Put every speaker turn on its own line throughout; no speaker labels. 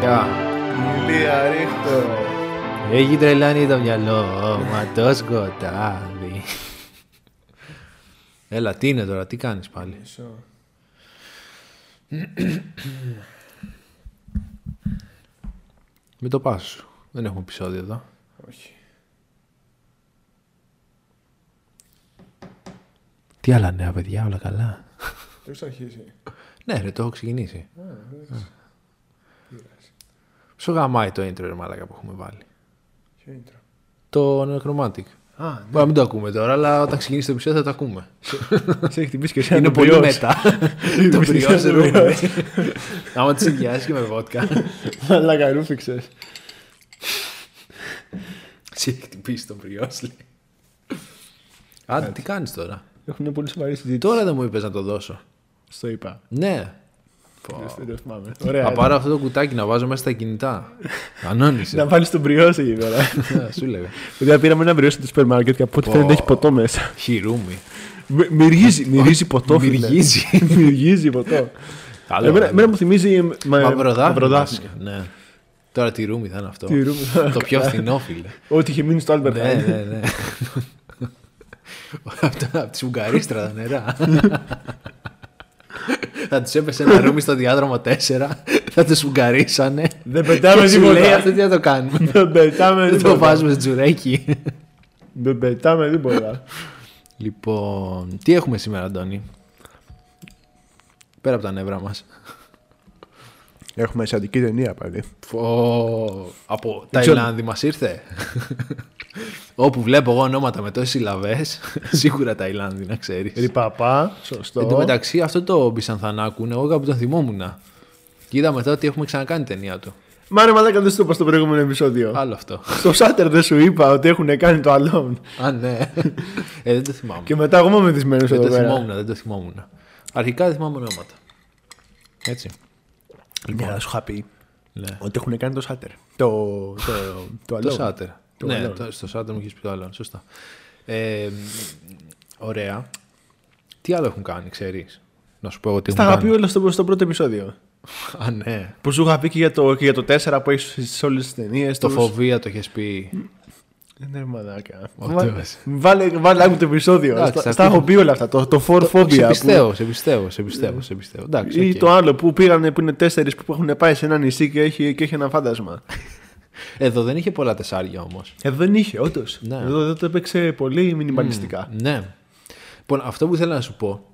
Γεια.
Ηλία, ρίχτω.
Έχει τρελάνει το μυαλό, μα το σκοτάδι. Έλα, τι είναι τώρα, τι κάνεις πάλι.
Μισό.
Μην το πας σου. Δεν έχουμε επεισόδιο εδώ.
Όχι.
Τι άλλα νέα, παιδιά, όλα καλά.
Το έχεις αρχίσει.
Ναι, ρε, το έχω ξεκινήσει.
Α, εντάξει. Τι πειράζει.
Σου γαμάει το intro, ρε μάλακα που έχουμε βάλει.
Ποιο intro.
Το Necromantic.
Α,
Μπορεί να μην το ακούμε τώρα, αλλά όταν ξεκινήσει το επεισόδιο θα το ακούμε.
σε έχει χτυπήσει και εσύ
Είναι πολύ μετά. το
Πιστεύω
πριός
το
ρούμε.
πριός.
Άμα τις συνδυάσεις και με βότκα.
Αλλά καρούφιξες.
Σε έχει χτυπήσει το πριός, λέει. Ναι. Άντε, τι κάνεις τώρα.
Έχουμε μια πολύ σοβαρή συζήτηση.
Τώρα δεν μου είπες να το δώσω.
Στο είπα.
Ναι.
Δεν το θυμάμαι.
Θα
Ωραία. ναι.
πάρω αυτό το κουτάκι να βάζω μέσα στα κινητά. Ανώνυσε.
Να βάλεις τον πριός εκεί πέρα.
Ναι, Σου λέγα.
Παιδιά, πήραμε ένα πριός στο σούπερ μάρκετ και από ό,τι
Πω.
φαίνεται έχει ποτό μέσα.
Χειρούμι.
Μυ- Μυρίζει, μυρίζει ποτό. φίλε.
Μυρίζει.
Μυρίζει ποτό.
Καλό,
Εμένα,
ε.
εμένα μου θυμίζει. ε, μα-
Μαυροδάφνη.
μαυροδάφνη.
Ναι. Τώρα τη ρούμι θα είναι αυτό.
Τη ρούμι.
Το πιο φθηνό, φίλε.
Ό,τι είχε μείνει στο Άλμπερτ.
Ναι, ναι, ναι. Αυτά από τη Ουγγαρίστρα τα νερά. θα τους έπεσε ένα ρούμι στο διάδρομο 4, θα τους Ουγγαρίσανε.
Δεν πετάμε
Και σου
τίποτα.
λέει αυτό τι θα το κάνουμε.
Δεν πετάμε
Δεν το
τίποτα.
βάζουμε στο τζουρέκι.
Δεν πετάμε τίποτα.
λοιπόν, τι έχουμε σήμερα, Αντώνη. Πέρα από τα νεύρα μας.
Έχουμε ασιατική ταινία πάλι.
Φω, από Ταϊλάνδη μας ήρθε. Όπου βλέπω εγώ ονόματα με τόσες συλλαβές, σίγουρα Ταϊλάνδη να ξέρεις.
Ριπαπά,
Εν τω
σωστό.
μεταξύ, αυτό το Μπισανθανάκου είναι εγώ κάπου τον θυμόμουν. Και είδα μετά ότι έχουμε ξανακάνει ταινία του.
Μα ρε μαλάκα δεν σου το είπα στο προηγούμενο επεισόδιο.
Άλλο αυτό.
Στο Saturday δεν σου είπα ότι έχουν κάνει το Alone.
Α, ναι. ε, δεν το θυμάμαι.
Και μετά εγώ είμαι μεθυσμένος
δεν
εδώ
Ε, το
πέρα.
θυμόμουν, δεν το θυμόμουν. Αρχικά δεν θυμάμαι ονόματα. Έτσι.
Ναι,
Λοιπόν.
αλλά σου είχα πει
Ναι.
ότι έχουν κάνει το Saturday. Το, το, το
Το
Alone.
Σάτερ.
Το
Ναι,
Alone.
το- στο Σάτερ μου έχει πει το άλλο. Σωστά. Ε, μ, ωραία. Τι άλλο έχουν κάνει, ξέρεις. Να σου πω εγώ τι
Τα
έχουν
είχα πει
κάνει.
όλα στο, στο πρώτο επεισόδιο.
Α, ναι.
Που σου είχα πει και για το, και για το 4 που έχεις σε όλες τις ταινίες.
Το φοβία το έχεις πει.
Ναι, μαλάκα.
Ο
Βα-
Θεός.
Βάλε, βάλε άκου το επεισόδιο.
Εντάξει,
Στα-
θα
Στα έχω
ακούω.
πει όλα αυτά. Το, το Four
σε
Phobia. που-
πιστεύω, σε πιστεύω, σε πιστεύω, σε πιστεύω. Εντάξει,
Ή
οκ.
το άλλο που πήγανε που είναι τέσσερις που έχουν πάει σε ένα νησί και έχει, και έχει ένα φάντασμα.
Εδώ δεν είχε πολλά τεσσάρια όμως.
Εδώ δεν είχε, όντως.
Ναι.
Εδώ, εδώ το έπαιξε πολύ μινιμαλιστικά.
Ναι. Λοιπόν, αυτό που ήθελα να σου πω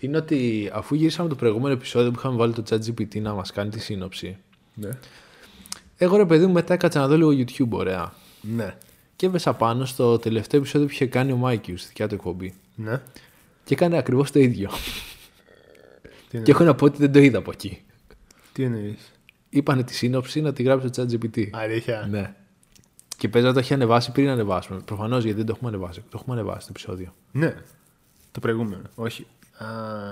είναι ότι αφού γυρίσαμε το προηγούμενο επεισόδιο που είχαμε βάλει το ChatGPT να μας κάνει τη σύνοψη,
Ναι.
εγώ ρε παιδί μου μετά έκατσα να δω λίγο YouTube, ωραία.
Ναι.
Και έβεσα πάνω στο τελευταίο επεισόδιο που είχε κάνει ο Μάικιου στη δικιά του εκπομπή.
ναι.
Και έκανε ακριβώς το ίδιο.
Τι,
και έχω να πω ότι δεν το είδα από εκεί.
τι εννοείς.
Είπανε τη σύνοψη να τη γράψει το ChatGPT.
Αλήθεια.
Ναι. Και παίζει να το έχει ανεβάσει πριν ανεβάσουμε. Προφανώς γιατί δεν το έχουμε ανεβάσει. Το έχουμε ανεβάσει το επεισόδιο.
Ναι. Το προηγούμενο. Όχι. Α,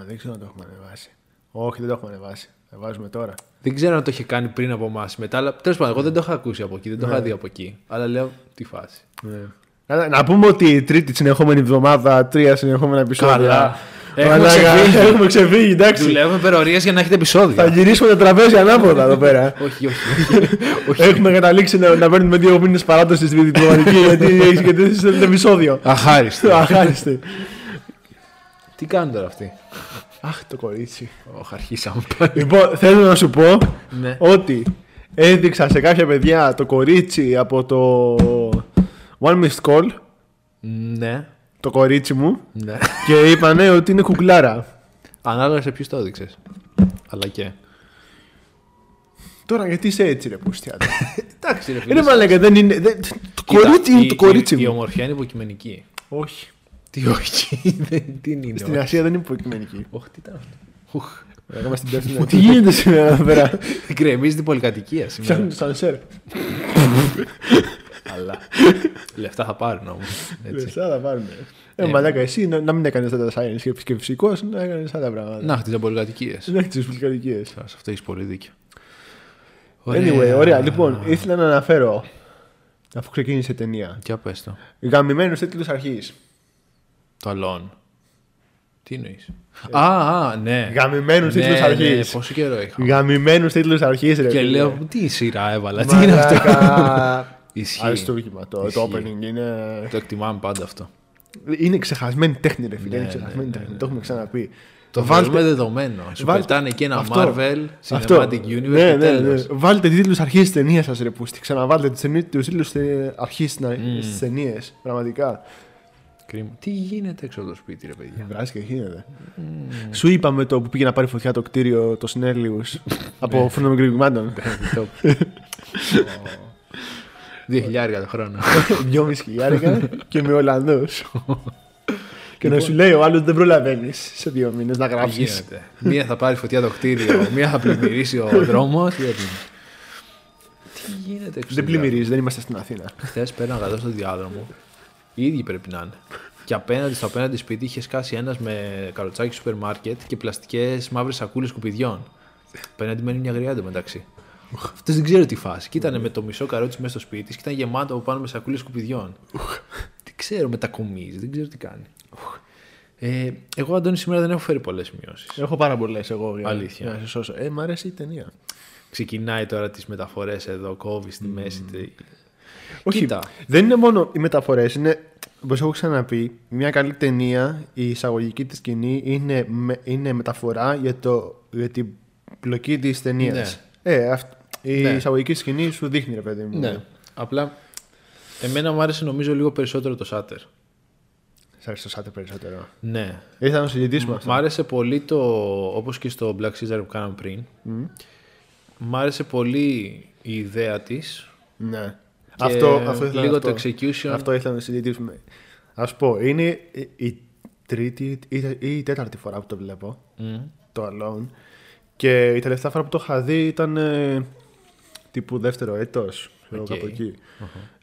δεν ξέρω αν το έχουμε ανεβάσει. Όχι, δεν το έχουμε ανεβάσει. Θα βάζουμε τώρα.
Δεν ξέρω αν το είχε κάνει πριν από εμάς μετά, αλλά τέλος πάντων, εγώ δεν το είχα ακούσει από εκεί, δεν το είχα δει από εκεί. Αλλά λέω τι φάση.
Καλά, Να πούμε ότι η τρίτη τη συνεχόμενη εβδομάδα, τρία συνεχόμενα επεισόδια.
Καλά. Έχουμε
Μαλάκα,
ξεφύγει.
Έχουμε ξεφύγει, εντάξει.
Δουλεύουμε περορίε για να έχετε
Θα
επεισόδια.
γυρίσουμε τα τραπέζια ανάποδα εδώ πέρα.
όχι, όχι. όχι.
Έχουμε καταλήξει να, να παίρνουμε δύο μήνες παράταση στη διπλωματική γιατί έχεις κερδίσει το επεισόδιο.
Αχάριστο.
Αχάριστη.
τι κάνουν τώρα αυτοί.
Αχ, το κορίτσι.
Ωχ, αρχίσαμε πάλι.
Λοιπόν, θέλω να σου πω
Ναι.
ότι έδειξα σε κάποια παιδιά το κορίτσι από το One Missed Call,
ναι,
το κορίτσι μου,
ναι.
και είπανε ότι είναι κουκλάρα.
Ανάλογα σε ποιους το έδειξες. Αλλά και.
Τώρα γιατί είσαι έτσι, ρε Πουστιάτα.
Εντάξει, ρε φίλε.
Ρε μαλάκα, δεν είναι. δεν- Το κορίτσι είναι το κορίτσι
Η
μου.
ομορφιά είναι υποκειμενική.
Όχι.
Τι όχι, δεν τι είναι.
Στην Ασία δεν είναι υποκειμενική.
Όχι, τι ήταν αυτό. Ουχ.
Τι γίνεται σήμερα εδώ πέρα.
Γκρεμίζει την πολυκατοικία
Ψάχνουν
σήμερα.
το σανσέρ.
Αλλά λεφτά θα πάρουν όμως.
Λεφτά θα πάρουν. Ε, μαλάκα, εσύ να, να μην έκανες τα science και, και φυσικό, να έκανες άλλα πράγματα.
Να χτίζα πολυκατοικίε.
Δεν έχει τι πολυκατοικίε.
Σε αυτό έχεις πολύ δίκιο.
Anyway, ωραία. Λοιπόν, ήθελα να αναφέρω, αφού ξεκίνησε η ταινία,
Για πες το.
γαμημένους τίτλους αρχής.
Το αλόν. Τι εννοείς.
Ε.
Α, α, ναι.
Γαμημένους τίτλους
ναι,
αρχής.
Ναι, πόσο καιρό είχα.
Γαμημένους τίτλους αρχής, ρε.
Και
φίλε.
λέω, τι σειρά έβαλα, τι
ναι.
είναι αυτό.
Μαλάκα.
Ισχύει.
Αριστούργημα. Το, το
Ισχύει.
opening είναι.
Το εκτιμάμε πάντα αυτό.
Είναι ξεχασμένη τέχνη, ρε φίλε.
Ναι,
είναι
ναι,
ξεχασμένη
ναι,
τέχνη.
ναι,
Το έχουμε ξαναπεί.
Το
Βάλτε-
βάζουμε δεδομένο. Σου
βάλτε-
πετάνε και ένα
αυτό.
Marvel,
Αυτό.
Cinematic Universe και
Ναι, ναι, ναι.
τέλος.
Βάλτε τίτλους αρχής της ταινίας σας, ρε Πούστη. Ξαναβάλτε τους τίτλους αρχή
Mm.
στι ταινίε. Πραγματικά.
Κρίμα. Τι γίνεται έξω από το σπίτι, ρε παιδιά.
Βράζει και γίνεται.
Mm.
Σου είπαμε το που πήγε να πάρει φωτιά το κτίριο το Συνέλιου
Ναι.
από φούρνο μικρή κουμάντων.
Το- Δύο χιλιάρια το χρόνο.
Δυόμιση χιλιάρικα και με Ολλανδού. Και να σου λέει ο άλλος δεν προλαβαίνεις σε δύο μήνες να
Τι
γράψεις.
γίνεται. Μία θα πάρει φωτιά το κτίριο, μία θα πλημμυρίσει ο δρόμος. Τι γίνεται έξω.
Δεν πλημμυρίζει, δεν είμαστε στην Αθήνα.
Χθες πέρναγα εδώ στο διάδρομο. Οι ίδιοι πρέπει να είναι. Και απέναντι στο απέναντι σπίτι είχε σκάσει ένας με καροτσάκι σούπερ μάρκετ και πλαστικές μαύρες σακούλες σκουπιδιών. Απέναντι μένει μια γριά εντωμεταξύ. Αυτό δεν ξέρω τι φάση. Και ήταν με το μισό καρότσι μέσα στο σπίτι της και ήταν γεμάτο από πάνω με σακούλες σκουπιδιών. Τι ξέρω, μετακομίζει, δεν ξέρω τι κάνει. Ε, εγώ, Αντώνη, σήμερα δεν έχω φέρει πολλές σημειώσεις.
Έχω πάρα πολλές εγώ για
Αλήθεια.
να σε σώσω. Ε, μ' αρέσει η ταινία.
Ξεκινάει τώρα τις μεταφορές εδώ, κόβεις στη μέση. τη-
Όχι,
Κοίτα.
δεν είναι μόνο οι μεταφορές. Είναι, όπως έχω ξαναπεί, μια καλή ταινία, η εισαγωγική της σκηνή είναι, με- είναι μεταφορά για, το, για την πλοκή της ταινίας.
Ναι.
Ε, αυ, η
Ναι.
εισαγωγική σκηνή σου δείχνει, ρε παιδί μου.
Ναι. Απλά εμένα μου άρεσε νομίζω λίγο περισσότερο το Σάτερ.
Σ' άρεσε το σάτε περισσότερο.
Ναι.
Ήρθα να συζητήσουμε αυτό.
Μ' άρεσε πολύ το. Όπως και στο Black Caesar που κάναμε πριν. Μ' άρεσε πολύ η ιδέα της.
Ναι. Αυτό, αυτό ήθελα,
λίγο
αυτό.
το execution.
Αυτό ήθελα να συζητήσουμε. Ας πω, είναι η- η τρίτη ή ή η τέταρτη φορά που το βλέπω. Το Alone. Και η τελευταία φορά που το είχα δει ήταν ε, τύπου δεύτερο έτος.
Οκ.
Okay. Κάπου εκεί.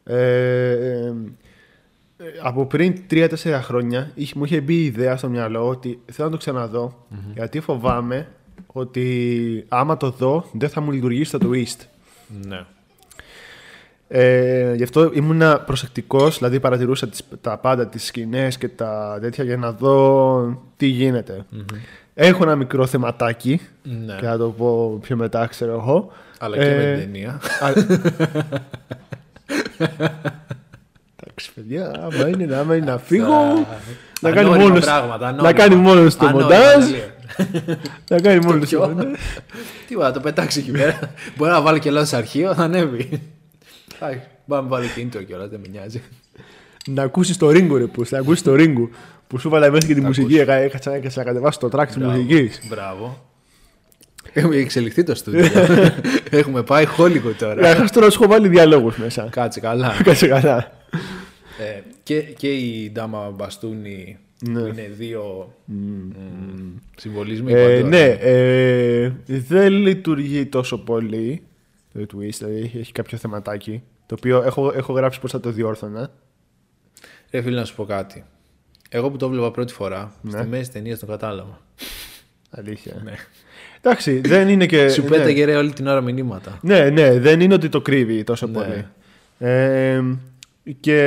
Ε, ε, ε, από πριν 3-4 χρόνια είχε, μου είχε μπει η ιδέα στο μυαλό ότι θέλω να το ξαναδω γιατί φοβάμαι ότι άμα το δω δεν θα μου λειτουργήσει το twist.
Ναι.
Ε, γι' αυτό ήμουνα προσεκτικός, δηλαδή παρατηρούσα τις, τα πάντα, τις σκηνές και τα τέτοια για να δω τι γινεται Έχω ένα μικρό θεματάκι
Ναι.
και θα το πω πιο μετά, ξέρω εγώ.
Αλλά και με
Ε,
την ταινία.
α- Εντάξει, παιδιά, άμα είναι, άμα είναι να φύγω. να κάνει
Ανώνυμα
μόνος
πράγματα,
να
ανώνυμα.
κάνει μόνος το
Ανώνυμα,
μοντάζ.
λέει.
Να κάνει μόνος το
Ποιο?
μοντάζ.
Τι μπορεί να το πετάξει εκεί πέρα. Μπορεί να βάλει και λόγο σε αρχείο, θα ανέβει. Εντάξει, Μπορεί να βάλει κινητό κιόλας, δεν με νοιάζει.
Να ακούσεις το ρίγκο, ρε που. Να ακούσεις το ρίγκο. Που σου βάλα μέσα και τη μουσική. Έχα- Έχασα έχασα να κατεβάσω το track της μουσικής.
Μπράβο. Έχουμε εξελιχθεί το στούντιο. Έχουμε πάει Hollywood τώρα.
Καταρχά τώρα σου έχω βάλει διαλόγους μέσα.
Κάτσε καλά.
Κάτσε καλά.
Ε, και, και η Ντάμα Μπαστούνη
Ναι.
που είναι δύο μ, συμβολισμοί.
Ε,
παντού.
ναι, ε, δεν λειτουργεί τόσο πολύ το twist, δηλαδή έχει- έχει κάποιο θεματάκι το οποίο έχω, έχω γράψει πώς θα το διόρθωνα.
Ρε φίλε να σου πω κάτι. Εγώ που το βλέπα πρώτη φορά,
Ναι.
στη μέση ταινίας το κατάλαβα.
Αλήθεια. Εντάξει, δεν είναι και...
Ναι. Σου
ναι.
πέταγε ρε όλη την ώρα μηνύματα.
Ναι, ναι, δεν είναι ότι το κρύβει τόσο
Ναι.
πολύ. Ε, και...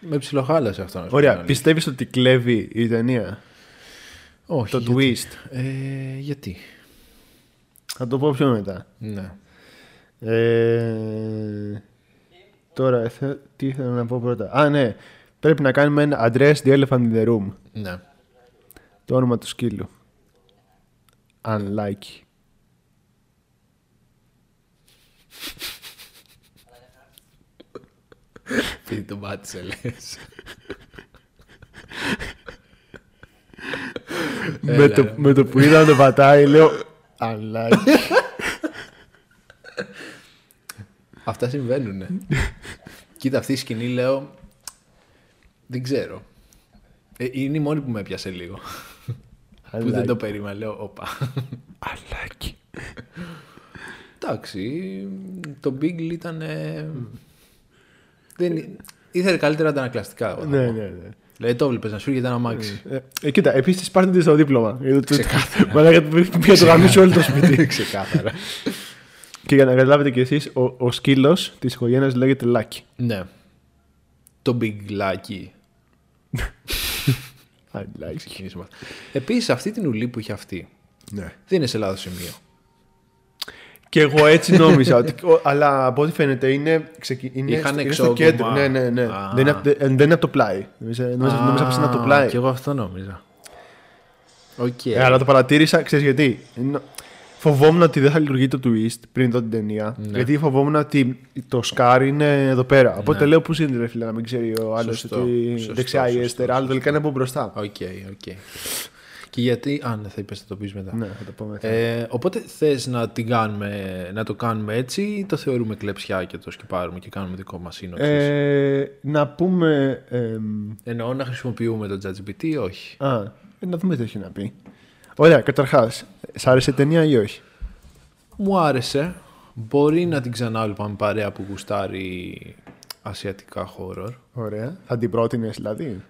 Με ψιλοχάλασε αυτό. να σου πω την
Ωραία,
αλήθεια.
πιστεύεις ότι κλέβει η ταινία,
Όχι.
το
γιατί-
twist.
Ε, γιατί.
Θα το πω πιο μετά.
Ναι.
Ε, τώρα, θε- τι ήθελα να πω πρώτα. Α, ναι. Πρέπει να κάνουμε ένα address the elephant in the room.
ναι.
Το όνομα του σκύλου. Unlike.
Επειδή το πάτησε, λες.
με, το, με το που είδα να το πατάει, λέω Unlike.
Αυτά συμβαίνουν. Κοίτα, αυτή η σκηνή λέω. Δεν ξέρω. Ε, είναι η μόνη που με έπιασε λίγο. που δεν το περίμενα, λέω. Όπα.
Unlike.
Εντάξει. Το Beagle ήταν. ε,
Mm.
δεν... ε, Ήθελε καλύτερα αντανακλαστικά. εγώ θα
ναι,
πω.
ναι, ναι.
Δηλαδή το έβλεπε να σου έρχεται ένα μάξι.
Ε, Ε, κοίτα, επίσης πάρτε τη στο δίπλωμα. Γιατί το-
Ξεκάθαρα.
Μαλάκα, το πήγα το γαμί όλο το σπίτι.
Ξεκάθαρα.
και για να καταλάβετε κι εσείς, ο, ο σκύλος της οικογένειας λέγεται Lucky.
ναι. Το Beagle.
Αντιλάξει.
ξεκινήσουμε. Επίσης, αυτή την ουλή που είχε αυτή
Ναι.
δεν είναι σε λάθος σημείο.
Και εγώ έτσι νόμιζα. ότι, ο- αλλά από ό,τι φαίνεται είναι, ξεκι... είναι,
Είχαν
στο- είναι στο
εξόγκωμα.
κέντρο. Ναι, ναι, ναι.
Α.
Δεν είναι, απ' τε- ε, δεν είναι από το πλάι. Νομίζω νομίζω- νομίζω πως είναι από το πλάι.
Και εγώ αυτό νόμιζα. Οκ.
Ε, αλλά το παρατήρησα, ξέρεις γιατί. Είναι- Φοβόμουν ότι δεν θα λειτουργεί το twist πριν δω την ταινία.
Ναι.
Γιατί φοβόμουν ότι το σκάρι είναι εδώ πέρα. Οπότε λέω πού είναι, ρε φίλε, να μην ξέρει ο άλλος
Ναι. Σωστό.
ότι
Σωστό,
δεξιά ή
σωστό,
αριστερά, αλλά τελικά είναι από μπροστά.
Οκ, οκ. Και γιατί. Α, ναι, θα είπες, θα το πεις μετά.
Ναι, θα το πω μετά.
Ε, οπότε θες να, την κάνουμε, να το κάνουμε έτσι ή το θεωρούμε κλεψιά και το σκεπάρουμε και κάνουμε δικό μας σύνοψης.
Ε, να πούμε. εμ,
Εννοώ να χρησιμοποιούμε το ChatGPT, όχι.
α, ε, να δούμε τι έχει να πει. Ωραία, καταρχάς. Σ' άρεσε η ταινία ή όχι.
Μου άρεσε. Μπορεί να την ξανάλεπα με παρέα που γουστάρει ασιατικά χώρο.
Ωραία. Θα την πρότεινες δηλαδή.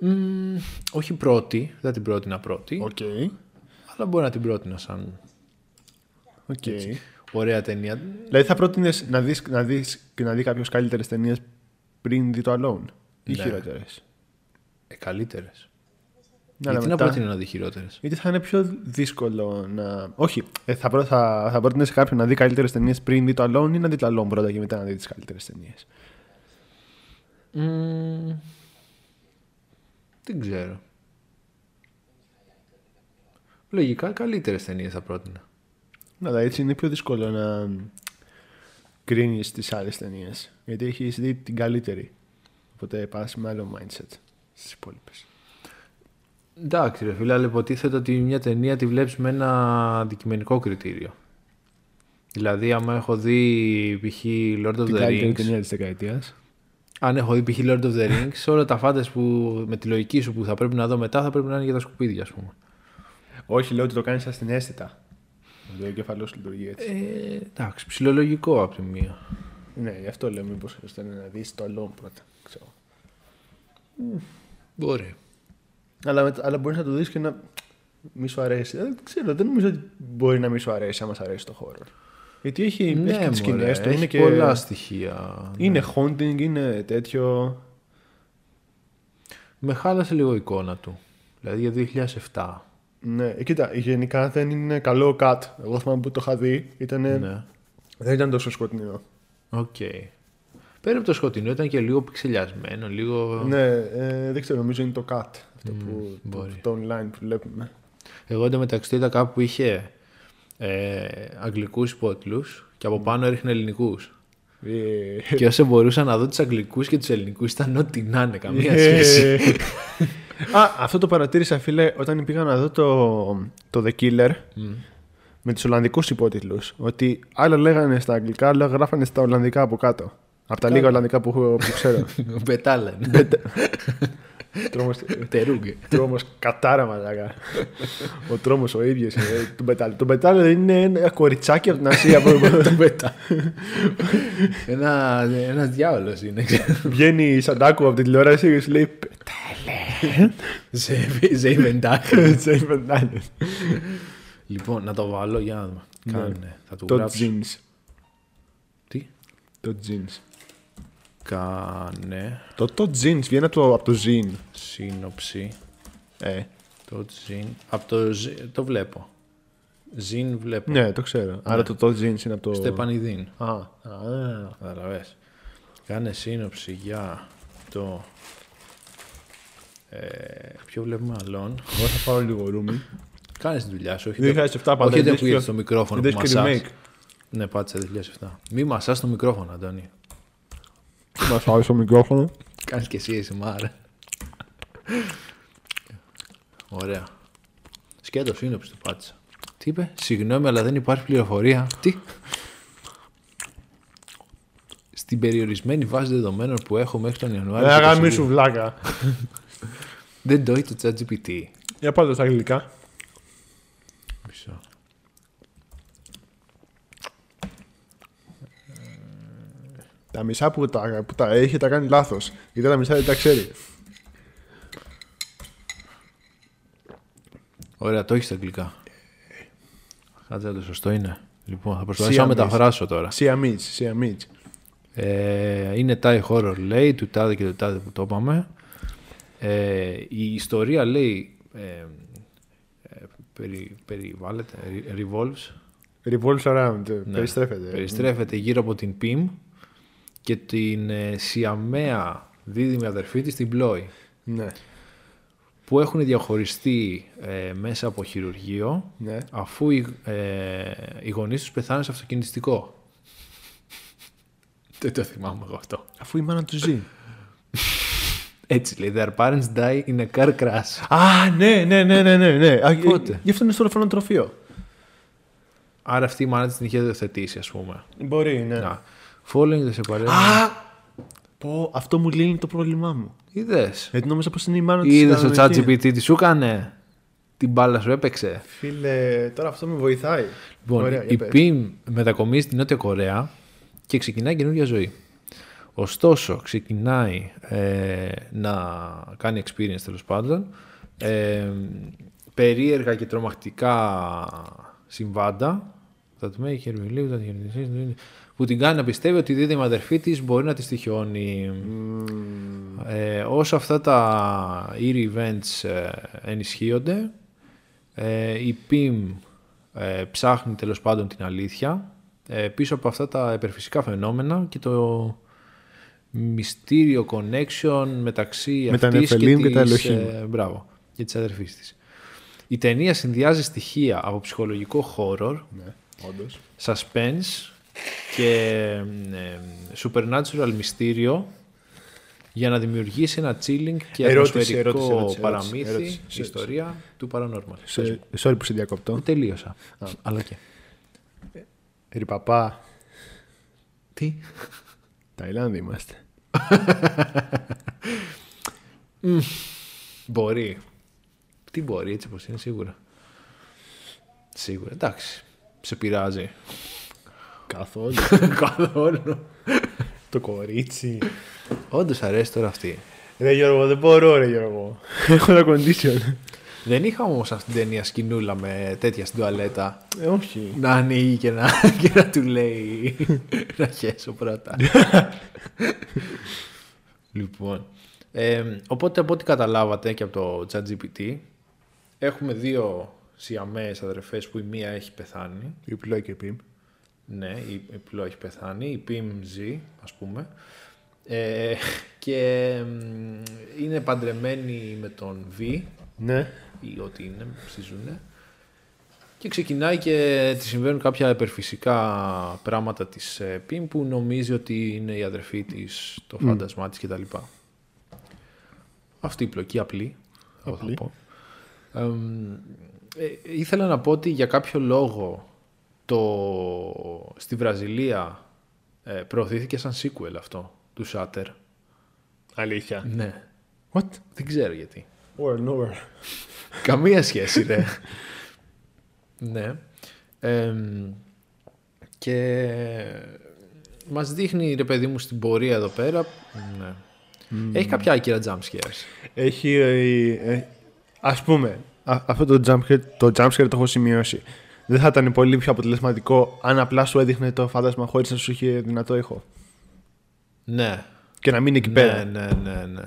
Μμμ, όχι πρώτη, δεν την πρότεινα πρώτη,
Οκ.
αλλά μπορεί να την πρότεινα σαν
Οκ.
ωραία ταινία.
Δηλαδή θα πρότεινες να δεις να δεις και να δει κάποιος καλύτερες ταινίες πριν δει το Alone. Ή
Ναι.
χειρότερες.
Ε, καλύτερες.
Ναι,
Γιατί
αλλά
να
μετά-
πρότεινα να δει χειρότερες.
Γιατί θα είναι πιο δύσκολο να. Όχι. Ε, θα πρό, θα, θα πρότεινες σε κάποιον να δει καλύτερες ταινίες πριν δει το Alone ή να δει το Alone πρώτα και μετά να δει τις καλύτερες ταινίες.
Δεν ξέρω. Λογικά καλύτερες ταινίες θα πρότεινα.
Ναι, αλλά έτσι είναι πιο δύσκολο να κρίνεις τις άλλες ταινίες. Γιατί έχεις δει την καλύτερη. Οπότε πας με άλλο mindset στις υπόλοιπες.
Εντάξει, ρε φίλε, αλλά υποτίθεται ότι μια ταινία τη βλέπεις με ένα αντικειμενικό κριτήριο. Δηλαδή, άμα έχω δει π.χ. Lord of
Την
the
καλύτερη
Rings.
ταινία της δεκαετίας.
Αν έχω δει π.χ. Lord of the Rings, όλα τα φάντες που με τη λογική σου που θα πρέπει να δω μετά θα πρέπει να είναι για τα σκουπίδια, ας πούμε.
Όχι, λέω ότι το κάνεις ασθενέστητα. Το εγκεφαλό σου λειτουργεί έτσι.
Ε, εντάξει, ψιλολογικό από τη μία.
Ναι, γι' αυτό λέω μήπως χρειάζεται να δεις το alone πρώτα. Ξέρω.
Μπορεί.
Αλλά, μετα- αλλά μπορείς να το δεις και να μη σου αρέσει. Ε, Δεν ξέρω, δεν νομίζω ότι μπορεί να μη σου αρέσει άμα σου αρέσει το horror. Γιατί έχει, έχει και τι σκηνές του. Είναι
ναι, έχει
και...
πολλά στοιχεία.
Είναι haunting, είναι τέτοιο.
Με χάλασε λίγο η εικόνα του. Δηλαδή για 2007.
Ναι, ε, κοίτα, γενικά δεν είναι καλό cut. Εγώ θυμάμαι που το είχα δει. Ήτανε...
Ναι.
Δεν ήταν τόσο σκοτεινό.
Οκ. Πέρα από το σκοτεινό ήταν και λίγο πιξελιασμένο, λίγο...
Ναι, ε, δεν ξέρω, νομίζω είναι το cut. Αυτό που, το,
μπορεί.
το online που βλέπουμε.
Εγώ εντωμεταξύ ήταν κάπου που είχε ε, αγγλικούς υπότιλους και από πάνω έριχνε ελληνικούς.
Ε,
και όσο μπορούσα να δω τους αγγλικούς και τους ελληνικούς ήταν ό,τι να είναι,
Ε.
καμία σχέση.
Α, αυτό το παρατήρησα, φίλε, όταν πήγα να δω το, το The Killer με τους Ολλανδικούς υπότιτλους. Ότι άλλα λέγανε στα αγγλικά, άλλα γράφανε στα Ολλανδικά από κάτω. Από τα λίγα Ολλανδικά που, που ξέρω.
Πετάλανε.
τρόμος,
Τερούγκε.
τρόμος κατάρα μαλάκα. ο τρόμος ο ίδιος είναι. Τον Μπετάλ. Τον Μπετάλ είναι ένα κοριτσάκι από την Ασία. που-
Το πετά. Ένα ένας διάολος είναι.
Βγαίνει η Σαντάκου από την τηλεόραση και σου λέει
Ζέιβεντάκ.
Ε, «Πετάλ, Μπετάλ».
Λοιπόν, να το βάλω για να δούμε. Κάνε. Θα του
Ναι. Το
γράψω.
jeans.
Τι.
Το jeans.
Κάνε.
Το το jeans βγαίνει από το, από το zin.
Σύνοψη.
Ε,
Το τζιν. Από το ζι- Το βλέπω. Ζιν βλέπω.
ναι, το ξέρω. Άρα το το jeans είναι από το...
Στεπανιδίν.
Α, α,
Καταλαβες. Κάνε σύνοψη για το... Ε, ποιο βλέπουμε άλλον.
εγώ θα πάρω λίγο ρούμι.
Κάνε τη δουλειά σου. Όχι
2007 πάντα.
Όχι
δεν
δεν
έχεις
ακούγεται
και-
το μικρόφωνο
δεν
που
έχεις και
μασάς.
remake.
Ναι, πάτησε 2007. Μη μασάς το μικρόφωνο, Αντώνη.
Μας άρεσε το μικρόφωνος.
Κάνεις και εσύ ASMR. Ωραία. Σκέτος σύνοψη του πάτησα. Τι είπε, συγγνώμη αλλά δεν υπάρχει πληροφορία. Τι. Στην περιορισμένη βάση δεδομένων που έχω μέχρι τον Ιανουάριο.
Ρε
του 22,
γαμί Ε, σου βλάκα.
Δεν το έχει το ChatGPT.
Για πάντα στα αγγλικά.
Μισό.
Τα μισά που τα, που τα έχει τα κάνει λάθος. Γιατί τα μισά δεν τα ξέρει.
Ωραία, το έχεις στα αγγλικά. Κάτσε το σωστό είναι. Λοιπόν, θα προσπαθήσω να
Siamese.
μεταφράσω τώρα.
Siamese, Siamese.
Ε, είναι Thai horror λέει, του τάδε και του τάδε που το είπαμε. Ε, η ιστορία λέει. Ε, ε, περι, περιβάλλεται. re- Revolves.
Revolves around. ε,
Ναι.
Περιστρέφεται.
Περιστρέφεται γύρω από την Πιμ και την ε, Σιαμαία δίδυμη αδερφή της, την Πλόη,
Ναι.
που έχουν διαχωριστεί ε, μέσα από χειρουργείο
ναι.
αφού οι, ε, οι γονείς τους πεθάνουν σε αυτοκινηστικό. Δεν το θυμάμαι εγώ αυτό.
Αφού η μάνα τους ζει.
Έτσι λέει, their parents die in a car crash.
Α, ναι, ναι, ναι, ναι, ναι. ναι. Α,
Πότε?
ε, Γι' αυτό είναι στο λεφρόνο τροφείο.
Άρα αυτή η μάνα της την είχε υιοθετήσει, ας πούμε.
Μπορεί, ναι.
Να. Following the separation.
Α! Πω, αυτό μου λύνει το πρόβλημά μου.
Είδες.
Γιατί νόμιζα πως είναι η μάνα του.
Είδες το chat GPT τι σου έκανε. Την μπάλα σου έπαιξε.
Φίλε, τώρα αυτό με βοηθάει.
Λοιπόν,
Ωραία,
η
για πες.
Πιμ μετακομίζει στη Νότια Κορέα και ξεκινάει καινούργια ζωή. Ωστόσο, ξεκινάει ε, να κάνει experience τέλος πάντων. Ε, περίεργα και τρομακτικά συμβάντα. Θα του έχει ερμηνεία, θα τη χαιρετήσει, Που την κάνει να πιστεύει ότι η δίδυμη αδερφή της μπορεί να της στοιχιώνει. Ε, όσο αυτά τα ear events ε, ενισχύονται, ε, η PIM ε, ψάχνει τέλος πάντων την αλήθεια ε, πίσω από αυτά τα υπερφυσικά φαινόμενα και το μυστήριο connection μεταξύ
Με τα
αυτής και,
Nephilim και τα
της,
Elohim.
ε, μπράβο, και της αδερφής της. Η ταινία συνδυάζει στοιχεία από ψυχολογικό horror,
Ναι, όντως.
suspense και ε, supernatural μυστήριο για να δημιουργήσει ένα chilling και
Ερώτηση,
ατμοσφαιρικό
ερώτηση, ερώτηση,
παραμύθι
ερώτηση,
και
ερώτηση.
ιστορία του paranormal. Πες
Σε- Sorry που σε διακόπτω.
μου. Τελείωσα. Αλλά και.
Ρε παπά,
Τι.
Ταϊλάνδη είμαστε.
Μπορεί. Τι μπορεί έτσι πως είναι σίγουρα. Σίγουρα. Εντάξει. Σε πειράζει.
Καθόλου.
Καθόλου.
το κορίτσι.
Όντως αρέσει τώρα αυτή.
Ρε Γιώργο, δεν μπορώ, ρε Γιώργο. Έχω ένα condition.
Δεν είχα όμως αυτή την ταινία σκηνούλα με τέτοια στην τουαλέτα.
Ε, όχι.
να ανοίγει και να, και να του λέει να χέσω πρώτα. λοιπόν, ε, οπότε από ό,τι καταλάβατε και από το ChatGPT, έχουμε δύο Σιαμαίες αδερφές που η μία έχει πεθάνει.
Η πλόη και πιμ.
Ναι, η, η Πλό έχει πεθάνει, η Πιμ ζει, ας πούμε. Ε, και μ, είναι παντρεμένη με τον Β,
Ναι.
ή ό,τι είναι, ψηζούνε. Και ξεκινάει και τη συμβαίνουν κάποια υπερφυσικά πράγματα της ε, Πιμ που νομίζει ότι είναι η αδερφή της, το φάντασμά της κτλ. Αυτή η πλοκή απλή, εγώ θα
Απλή.
πω. Εμ, ε, ήθελα να πω ότι για κάποιο λόγο το, στη Βραζιλία ε, προωθήθηκε σαν sequel αυτό του Σάτερ.
Αλήθεια.
Ναι.
What?
Δεν ξέρω γιατί.
Or nowhere.
Καμία σχέση, ρε. ναι. Εμ, και μας δείχνει, ρε παιδί μου, στην πορεία εδώ πέρα. Ναι. Έχει κάποια άκυρα jump scares.
Έχει. Ε, ε, ας πούμε, α, αυτό το jump scare, το jump scare το έχω σημειώσει. Δεν θα ήταν πολύ πιο αποτελεσματικό αν απλά σου έδειχνε το φάντασμα χωρίς να σου είχε δυνατό ήχο.
Ναι.
Και να μείνει εκεί
Ναι,
πέρα.
ναι, ναι, ναι.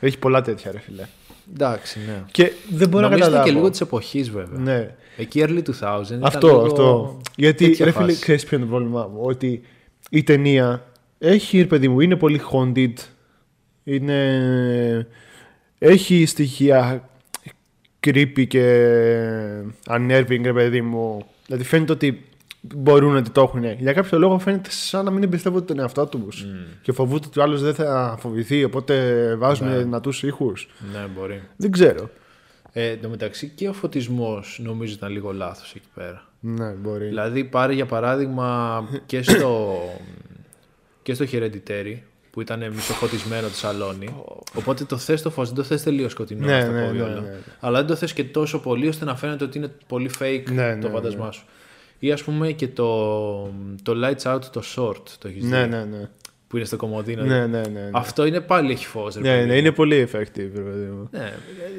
Έχει πολλά τέτοια, ρε φιλέ.
Εντάξει, ναι.
Και δεν μπορώ να
Νομίζω ήταν
καταλάβω.
και λίγο της εποχής βέβαια.
Ναι.
Εκεί early 2000 ήταν
Αυτό,
λίγο
αυτό. Γιατί,
τέτοια
ρε φίλε,
φάση.
ξέρεις ποιο είναι το πρόβλημά μου. Ότι η ταινία έχει, ρε παιδί μου, είναι πολύ haunted. Είναι... Έχει στοιχεία creepy και unnerving, ρε παιδί μου. Δηλαδή φαίνεται ότι μπορούν να το έχουν. Για κάποιο λόγο φαίνεται σαν να μην εμπιστεύονται τον εαυτό τους.
Mm.
Και φοβούνται ότι ο άλλος δεν θα φοβηθεί. Οπότε βάζουν ναι. δυνατού ήχους.
Ναι, μπορεί.
Δεν ξέρω.
Ε, εν τω μεταξύ και ο φωτισμός νομίζω ήταν λίγο λάθος εκεί πέρα.
Ναι, μπορεί.
Δηλαδή πάρε για παράδειγμα και στο, και στο Hereditary που ήταν μισοφωτισμένο το σαλόνι. Οπότε το θες το φως, δεν το θες τελείως σκοτεινό.
Ναι,
να στα
ναι,
πω
ναι,
όλα.
ναι, ναι.
Αλλά δεν το θες και τόσο πολύ ώστε να φαίνεται ότι είναι πολύ fake
Ναι,
το
ναι,
φαντασμά σου. Ή ας πούμε και το, το Lights Out, το short το έχεις
Ναι,
δει,
ναι, ναι.
που είναι στο κομμωδίνο.
Ναι, ναι, ναι. ναι.
Αυτό είναι πάλι έχει φως. ρε
Ναι,
παιδί.
ναι, είναι πολύ effective, ρε παιδί μου.
Ναι,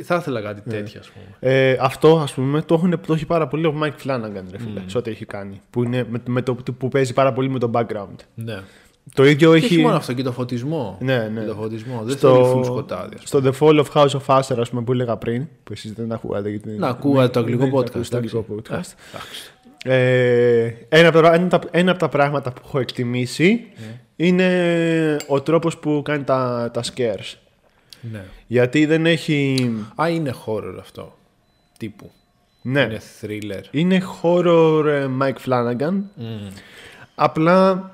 θα ήθελα κάτι τέτοιο ας πούμε.
Ε, αυτό, ας πούμε, το, έχουν, το έχει πάρα πολύ ο
Mm.
Mike Flanagan, ρε φίλε, σε ό,τι έχει κάνει. Που, είναι, με, με το, που παίζει πάρα πολύ με το background.
Ναι.
Το ίδιο
Και
έχει.
όχι μόνο αυτό, και το φωτισμό.
Ναι, ναι.
Και το φωτισμό. Δεν
στο...
θέλει full σκοτάδι. ας πούμε.
στο The Fall of House of Usher, ας πούμε, που έλεγα πριν, που εσείς δεν ακούγατε. Γιατί...
Να ακούγατε το αγγλικό
δεν
podcast,
ακούγατε ναι, Το αγγλικό
εντάξει.
podcast. Ε, ένα, από τα, ένα, από τα- ένα από τα πράγματα που έχω εκτιμήσει
Ε.
είναι ο τρόπος που κάνει τα, τα scares.
Ναι.
Γιατί δεν έχει...
Α, είναι horror αυτό. Τύπου.
Ναι,
Είναι thriller.
είναι horror ε, Mike Flanagan. Απλά,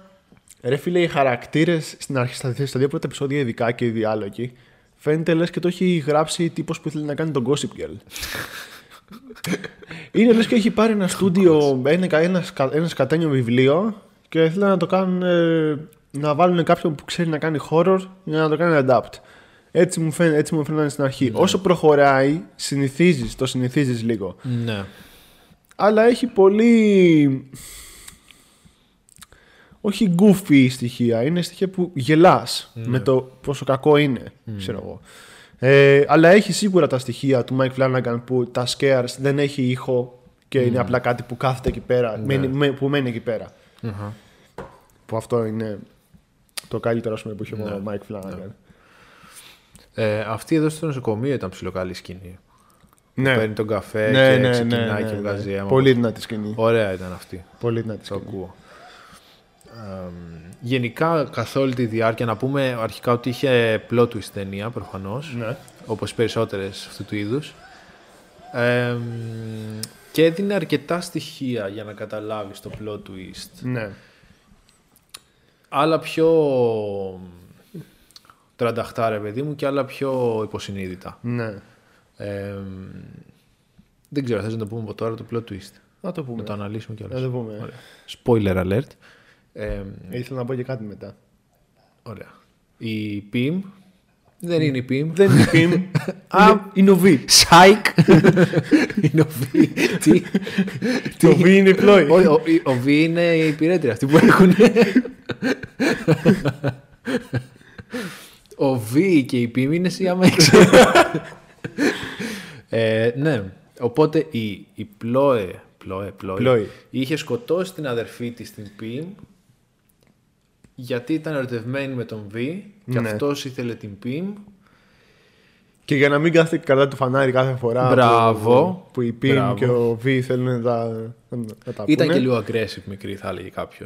ρε φίλε, οι χαρακτήρες στην αρχή, στα, στα δύο πρώτα επεισόδια ειδικά και οι διάλογοι, φαίνεται λες και το έχει γράψει τύπος που ήθελε να κάνει τον Gossip Girl. είναι λες και έχει πάρει ένα στούντιο, ένα, κα- ένα, σκα- ένα σκατένιο βιβλίο και θέλει να το κάνουν, ε, να βάλουν κάποιον που ξέρει να κάνει horror για να το κάνει adapt. Έτσι μου φαίνεται, έτσι μου φαίνεται στην αρχή. Όσο προχωράει, συνηθίζεις, το συνηθίζεις λίγο
Ναι.
αλλά έχει πολύ. Όχι goofy στοιχεία, είναι στοιχεία που γελάς
Ναι.
με το πόσο κακό είναι, ξέρω εγώ. Ε, αλλά έχει σίγουρα τα στοιχεία του Mike Flanagan που τα scares δεν έχει ήχο και
Ναι.
είναι απλά κάτι που κάθεται εκεί πέρα, μένει- με- που μένει εκεί πέρα.
Αχα.
Που αυτό είναι το καλύτερο ας πούμε, που έχει
Ναι.
ο Mike Flanagan.
Ε, αυτή εδώ στο νοσοκομείο ήταν ψιλοκαλή σκηνή.
Ναι,
Παίρνει τον καφέ και ξεκινάει και βγάζει αίμα.
Πολύ δυνατή σκηνή.
Ωραία ήταν αυτή.
Πολύ δυνατή
Το
σκηνή.
ακούω. Εμ, γενικά, καθ' όλη τη διάρκεια, να πούμε αρχικά ότι είχε plot twist ταινία προφανώς.
Ναι.
όπως οι περισσότερες αυτού του είδους. Εμ, και έδινε αρκετά στοιχεία για να καταλάβεις το plot twist.
ναι.
Άλλα πιο τρανταχτά ρε παιδί μου και άλλα πιο υποσυνείδητα.
Ναι.
Εμ, δεν ξέρω, θες να το πούμε από τώρα το plot twist.
Να το πούμε.
Να το αναλύσουμε κιόλας.
Να το πούμε.
Ωραία. Spoiler alert. Εμ,
Ε, Ήθελα να πω και κάτι μετά.
ωραία. Η PIM δεν είναι η PIM.
Δεν είναι Πιμ. Α, είναι ο Β.
Σάικ. Είναι ο Β. Τι.
Το Β είναι η Πλόη.
Ο- ο- Ο Β είναι η υπηρέτρια αυτή που έχουν. Ο Β και η Πίμ είναι σε ε, ναι. Οπότε η, η Πλόε, Πλόε, Πλόε,
Πλόη.
είχε σκοτώσει την αδερφή της την Πίμ γιατί ήταν ερωτευμένη με τον Β και
Ναι.
αυτός ήθελε την Πίμ
Και για να μην κάθεται κατά το φανάρι κάθε φορά.
Μπράβο.
Που, που η Πιμ
Μπράβο.
και ο Β θέλουν να τα, να τα
Ήταν
πούνε.
και λίγο aggressive μικρή, θα έλεγε κάποιος.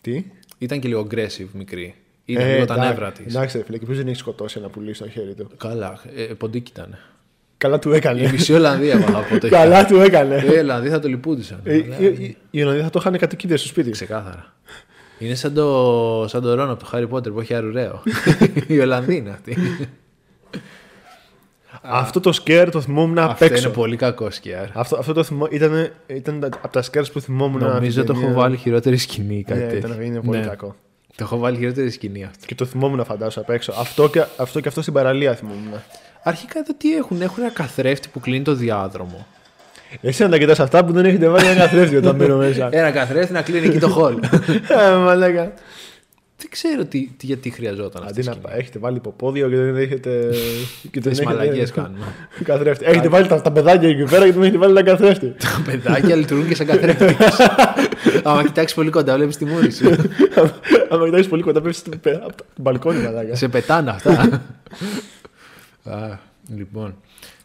Τι.
Ήταν και λίγο aggressive μικρή. Ήταν λίγο τα
εντά-
νεύρα της.
Ε, Εντάξει, ρε φίλε, και ποιος δεν έχει σκοτώσει ένα πουλί στο χέρι του.
Καλά, ε, ποντίκι ήταν.
Καλά του
Η
έκανε.
μισή Ολλανδία πάνω από ναι. το
Καλά του έκανε.
Η Ολλανδία θα το λυπούντησαν.
Ε, οι- οι- Οι Ολλανδοί θα το είχαν κατοικίδες στο σπίτι.
Ξεκάθαρα. Είναι σαν το, σαν το Ρόν από το Χάρι Πότερ που έχει αρουραίο. Η Ολλανδία είναι αυτή.
Αυτό το σκέρ το θυμόμουν απ'
Αυτό είναι
έξω.
πολύ κακό σκιάρ.
Αυτό, αυτό το θυμό, ήταν, ήταν από τα σκέρ που θυμόμουν.
Νομίζω
αυτή
το
την
έχω
ταινία.
βάλει χειρότερη σκηνή ή κάτι
Ναι, ήταν-
τέτοιο.
είναι πολύ
Ναι.
κακό.
Το έχω βάλει χειρότερη σκηνή αυτό.
Και το θυμόμουν, φαντάζομαι, απ' έξω. Αυτό και αυτό, και αυτό στην παραλία θυμόμουν.
Αρχικά εδώ τι έχουν. Έχουν ένα καθρέφτη που κλείνει το διάδρομο.
Εσύ να τα κοιτάς αυτά που δεν έχετε βάλει ένα καθρέφτη όταν μπαίνω μέσα.
Ένα καθρέφτη να κλείνει εκεί το χώρο.
Ε, Μαλάκα.
Δεν ξέρω τι, τι- γιατί χρειαζόταν αυτή
Αντί
η
να
σκηνή.
πα- έχετε βάλει υποπόδιο και δεν έχετε. και δεν
Τις μαλακίες κάνουμε.
Καθρέφτη. Έχετε βάλει τα, τα παιδάκια εκεί πέρα και δεν έχετε βάλει ένα καθρέφτη.
Τα παιδάκια λειτουργούν και σαν καθρέφτη. Άμα κοιτάξεις πολύ κοντά, βλέπεις τη μούρη σου.
Αν κοιτάξεις πολύ κοντά, πέφτει στο πε- από το μπαλκόνι, μαλάκα.
Σε πετάνε αυτά. Α, λοιπόν.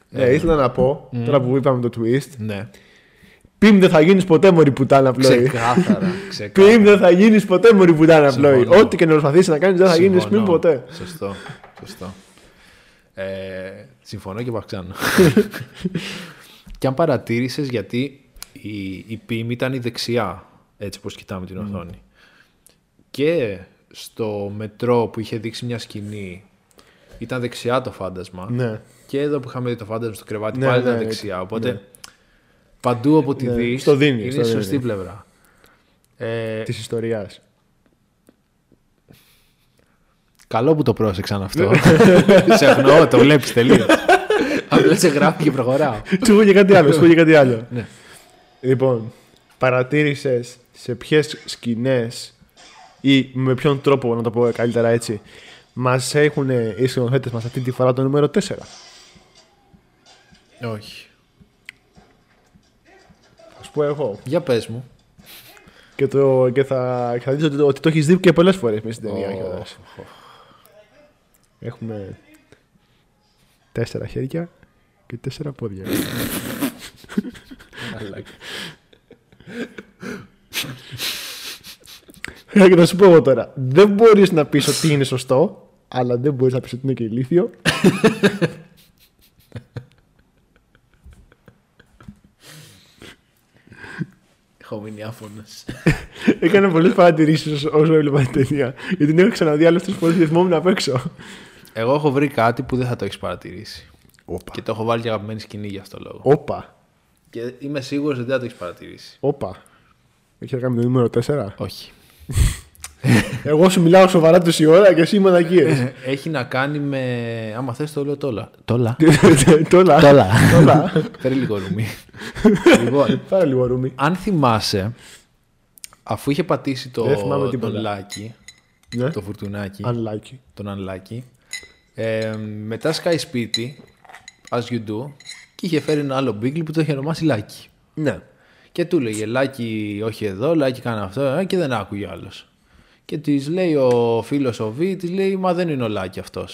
Ναι, ήθελα να πω, τώρα που είπαμε το twist,
Ναι.
πιμ δεν θα γίνεις ποτέ μωρή πουτάνα πλόι.
Ξεκάθαρα. ξεκάθαρα.
Πιμ δεν θα γίνεις ποτέ μωρή πουτάνα πλόι.
Συμφωνώ.
Ό,τι και να προσπαθήσεις να κάνεις, δεν θα γίνεις πιμ
Συμφωνώ.
ποτέ.
Σωστό. σωστό. Ε, συμφωνώ και παυξάνω. και αν παρατήρησες, γιατί η, η πίμη ήταν η δεξιά, έτσι πως κοιτάμε την οθόνη. Και στο μετρό που είχε δείξει μια σκηνή, ήταν δεξιά το φάντασμα.
Ναι.
Και εδώ που είχαμε δει το φάντασμα στο κρεβάτι,
Ναι,
πάλι ήταν
ναι,
δεξιά. Οπότε παντού όπου τη
Ναι,
δεις,
στο δίνεις,
είναι
στο
η
δίνεις.
σωστή πλευρά. Ε,
Της ιστορίας.
Καλό που το πρόσεξαν αυτό. σε αγνοώ, το βλέπεις τελείως. Απλά Ναι. σε γράφει και προχωράω.
Σου έχω και κάτι άλλο. Σου έχω και κάτι άλλο.
Ναι.
Λοιπόν, παρατήρησες σε ποιες σκηνές ή με ποιον τρόπο, να το πω καλύτερα έτσι, μας έχουν οι σκηνοθέτες μας αυτή τη φορά το νούμερο 4.
Όχι.
Ας πω εγώ.
Για πες μου.
Και, το, και θα, θα δεις ότι, το- ότι το έχεις δει και πολλές φορές μέσα στην ταινία.
Ω,
κιόλας.
ω, ω.
Έχουμε τέσσερα χέρια και τέσσερα πόδια. και να σου πω εγώ τώρα. Δεν μπορείς να πεις ότι είναι σωστό, αλλά δεν μπορείς να πεις ότι είναι και ηλίθιο.
Έχω μείνει άφωνο.
Έκανα πολλές παρατηρήσεις όσο έβλεπα την ταινία. Γιατί την έχω ξαναδεί άλλες τρεις φορές και θυμόμουν απ' έξω.
Εγώ έχω βρει κάτι που δεν θα το έχεις παρατηρήσει.
Όπα.
Και το έχω βάλει για αγαπημένη σκηνή για αυτό το λόγο.
Όπα.
Και είμαι σίγουρος ότι δεν θα το έχεις παρατηρήσει.
Όπα. Έχει να κάνει με το νούμερο 4.
Όχι.
Εγώ σου μιλάω σοβαρά τόση ώρα και εσύ μαλακίες.
Ε, Έχει να κάνει με. Άμα θες το λέω τόλα. Τόλα. Τόλα.
Τόλα. Τόλα.
Φέρει λίγο ρούμι. λοιπόν,
Πάρα λίγο ρούμι.
αν θυμάσαι, αφού είχε πατήσει το,
Δεν θυμάμαι
τον
τίποτα.
Λάκη,
Ναι.
το φουρτουνάκι,
Unlucky.
τον Ανλάκη, ε, μετά σκάει σπίτι, as you do, και είχε φέρει ένα άλλο μπίγκλι που το είχε ονομάσει Λάκη.
Ναι.
Και του λέγε Λάκη, όχι εδώ, Λάκη κάνε αυτό, ε, και δεν άκουγε άλλος. Και της λέει ο φίλος ο Β, της λέει, Μα δεν είναι ο Λάκη αυτός.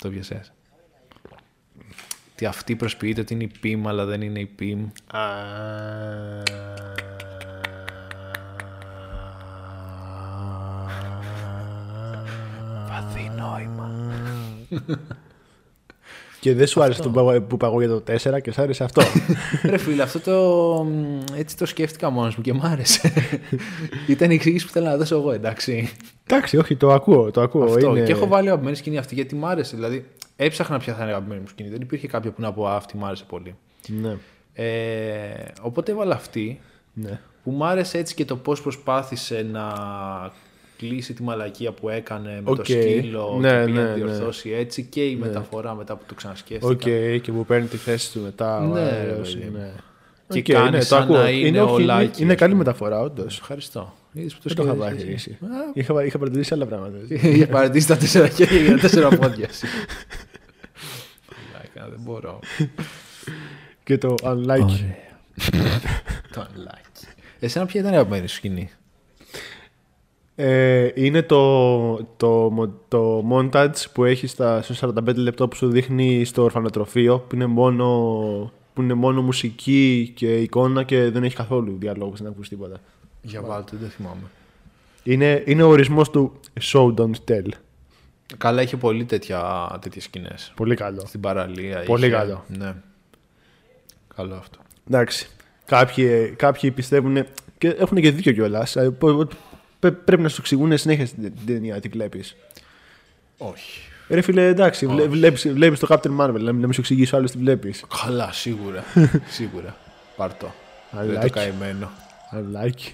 Το πιασές. Τι αυτή προσποιείται ότι είναι η Πιμ, αλλά δεν είναι η Πιμ. Βαθύ νόημα.
Και δεν σου άρεσε το παγο- που παγώ για το 4 και σ' άρεσε αυτό.
Ρε φίλε, αυτό το. μ, Έτσι το σκέφτηκα μόνος μου και μ' άρεσε. Ήταν η εξήγηση που θέλω να δώσω εγώ, εντάξει.
Εντάξει, όχι, το ακούω. Το ακούω.
Αυτό.
είναι...
Και έχω βάλει αγαπημένη σκηνή αυτή γιατί μ' άρεσε. Δηλαδή, έψαχνα ποια θα είναι η αγαπημένη μου σκηνή. Δεν υπήρχε κάποια που να πω «Α, αυτή μ' άρεσε πολύ.
Ναι.
Ε, οπότε έβαλα αυτή
ναι.
που μ' άρεσε έτσι και το πώς προσπάθησε να κλείσει τη μαλακία που έκανε με το
Οκ.
σκύλο
Ναι,
και πήγε
ναι,
να
ναι.
τη διορθώσει έτσι και η μεταφορά μετά που το ξανασκέφτηκα.
Οκ, και που παίρνει τη θέση του μετά. ο
Ναι,
αέρας,
ρε παιδί μου.
ναι.
Και
Οκ,
κάνει
ναι, το
σαν
ακούω.
να είναι ο
όχι,
Λάκης,
Είναι
ας
καλή
πούμε.
μεταφορά, όντως.
Ευχαριστώ. Είδες που
Δεν το είχα
σκέφτεσαι εσύ.
παρατηρήσει. Είχα, είχα παρατηρήσει άλλα πράγματα.
Για παρατηρήσει τα τέσσερα χέρια για τα τέσσερα πόδια. σου. Λάκα, δεν μπορώ.
και το unlike.
Το αλάκι. Εσένα ποια ήταν η αγαπημένη σου σκηνή.
Ε, είναι το, το, μο- το montage που έχεις στα, στο 45 λεπτό που σου δείχνει στο ορφανοτροφείο που είναι μόνο, που είναι μόνο μουσική και εικόνα και δεν έχει καθόλου διαλόγους να ακούσει τίποτα.
Για βάλτε, δεν θυμάμαι.
Είναι, είναι ο ορισμός του show don't tell.
Καλά, είχε πολύ τέτοια, τέτοιες σκηνές.
Πολύ καλό.
Στην παραλία.
Πολύ
είχε.
καλό.
Ναι. Καλό αυτό.
Εντάξει. Κάποιοι, ε, κάποιοι πιστεύουν και έχουν και δίκιο ε, κιόλα. Πρέπει να σου εξηγούν συνέχεια στην ταινία τι βλέπεις.
Όχι.
Ρε φίλε, εντάξει, βλέ, βλέπεις, βλέπεις το Captain Marvel, να μην, να μην σου εξηγήσω άλλο τι βλέπεις.
Καλά, σίγουρα. σίγουρα. Πάρ' το. Δεν το
Αλάκι.
καημένο.
Αλάκι.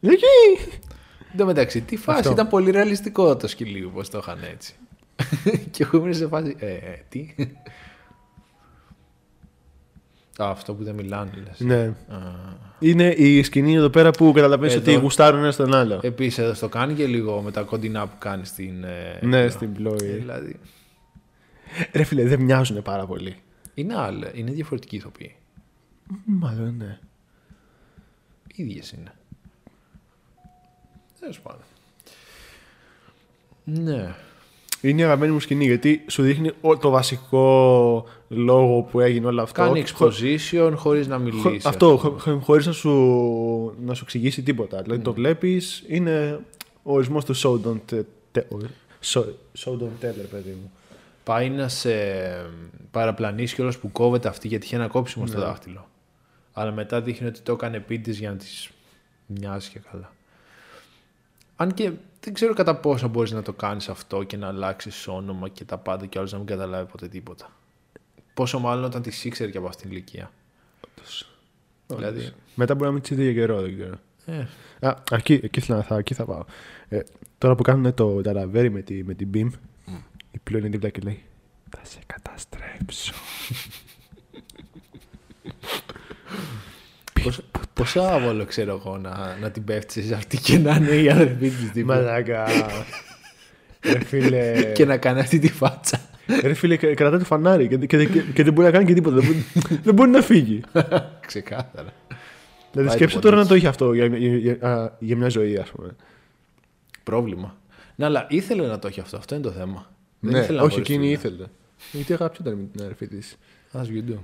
Εκεί!
Εν τω μεταξύ, τι φάση.
Αυτό.
Ήταν πολύ ρεαλιστικό το σκυλί, πώς το είχαν έτσι. και εγώ ήμουν σε φάση. Ε, ε, τι. Α, αυτό που δεν μιλάνε, λες.
Ναι. Είναι η σκηνή εδώ πέρα που καταλαβαίνεις
Εδώ.
ότι γουστάρουν ένα στον άλλο.
Επίσης, εδώ στο κάνει και λίγο με τα κοντινά που κάνει στην. ε,
ναι,
εδώ.
στην
Ε,
πλόη.
Δηλαδή,
Ε, Ρε φίλε, δεν μοιάζουν πάρα πολύ.
είναι άλλα, είναι διαφορετικοί ηθοποιοί.
Μάλλον ναι.
ίδιες είναι. Τέλος πάντων. Ναι.
Είναι η αγαπημένη μου σκηνή γιατί σου δείχνει ό- το βασικό λόγο που έγινε όλο αυτό.
Κάνει
Χω-
exposition χωρίς να
Χω-
μιλήσεις.
Αυτό, χωρίς να σου, να σου εξηγήσει τίποτα. Δηλαδή το βλέπεις, είναι ο ορισμός του show don't, te- te- ο- show- show don't tell, ρε παιδί μου.
Πάει να σε παραπλανήσει κιόλας που κόβεται αυτή γιατί είχε ένα κόψιμο στο δάχτυλο. Αλλά μετά δείχνει ότι το έκανε επίτηδε για να τη μοιάζει και καλά. Αν και δεν ξέρω κατά πόσο μπορείς να το κάνεις αυτό και να αλλάξεις όνομα και τα πάντα και άλλο να μην καταλάβει ποτέ τίποτα. Πόσο μάλλον όταν τη ήξερε και από αυτήν την ηλικία. Δηλαδή.
Μετά μπορεί να μην τσίδει για καιρό, δεν ξέρω.
Ε,
Α, εκεί, εκεί, ήθελα να θα, εκεί θα πάω. Ε, τώρα που κάνουν το ταλαβέρι με, τη, με την Beam, η πλοία είναι δίπλα και λέει Θα σε καταστρέψω.
Πόσα- Πόσα άβολο ξέρω εγώ να, να την πέφτεις σε αυτή και να είναι η αδερφή της δίπλα.
Μαλάκα. Ρε φίλε.
και να κάνει αυτή τη φάτσα.
Ρε φίλε, κρα- κρατάει το φανάρι και, και- και- και δεν μπορεί να κάνει και τίποτα. Δεν μπορεί, δεν μπορεί να φύγει.
Ξεκάθαρα.
δηλαδή,
Πάει
σκέψτε
το ποντίκι.
τώρα να το είχε αυτό για, για- για- α, για μια ζωή, ας πούμε.
Πρόβλημα. Ναι, αλλά ήθελε να το έχει αυτό. Αυτό είναι το θέμα.
ναι,
ήθελε να
όχι,
χωριστούν.
εκείνη ήθελε. Γιατί αγαπιόταν με την αδερφή της.
As you do.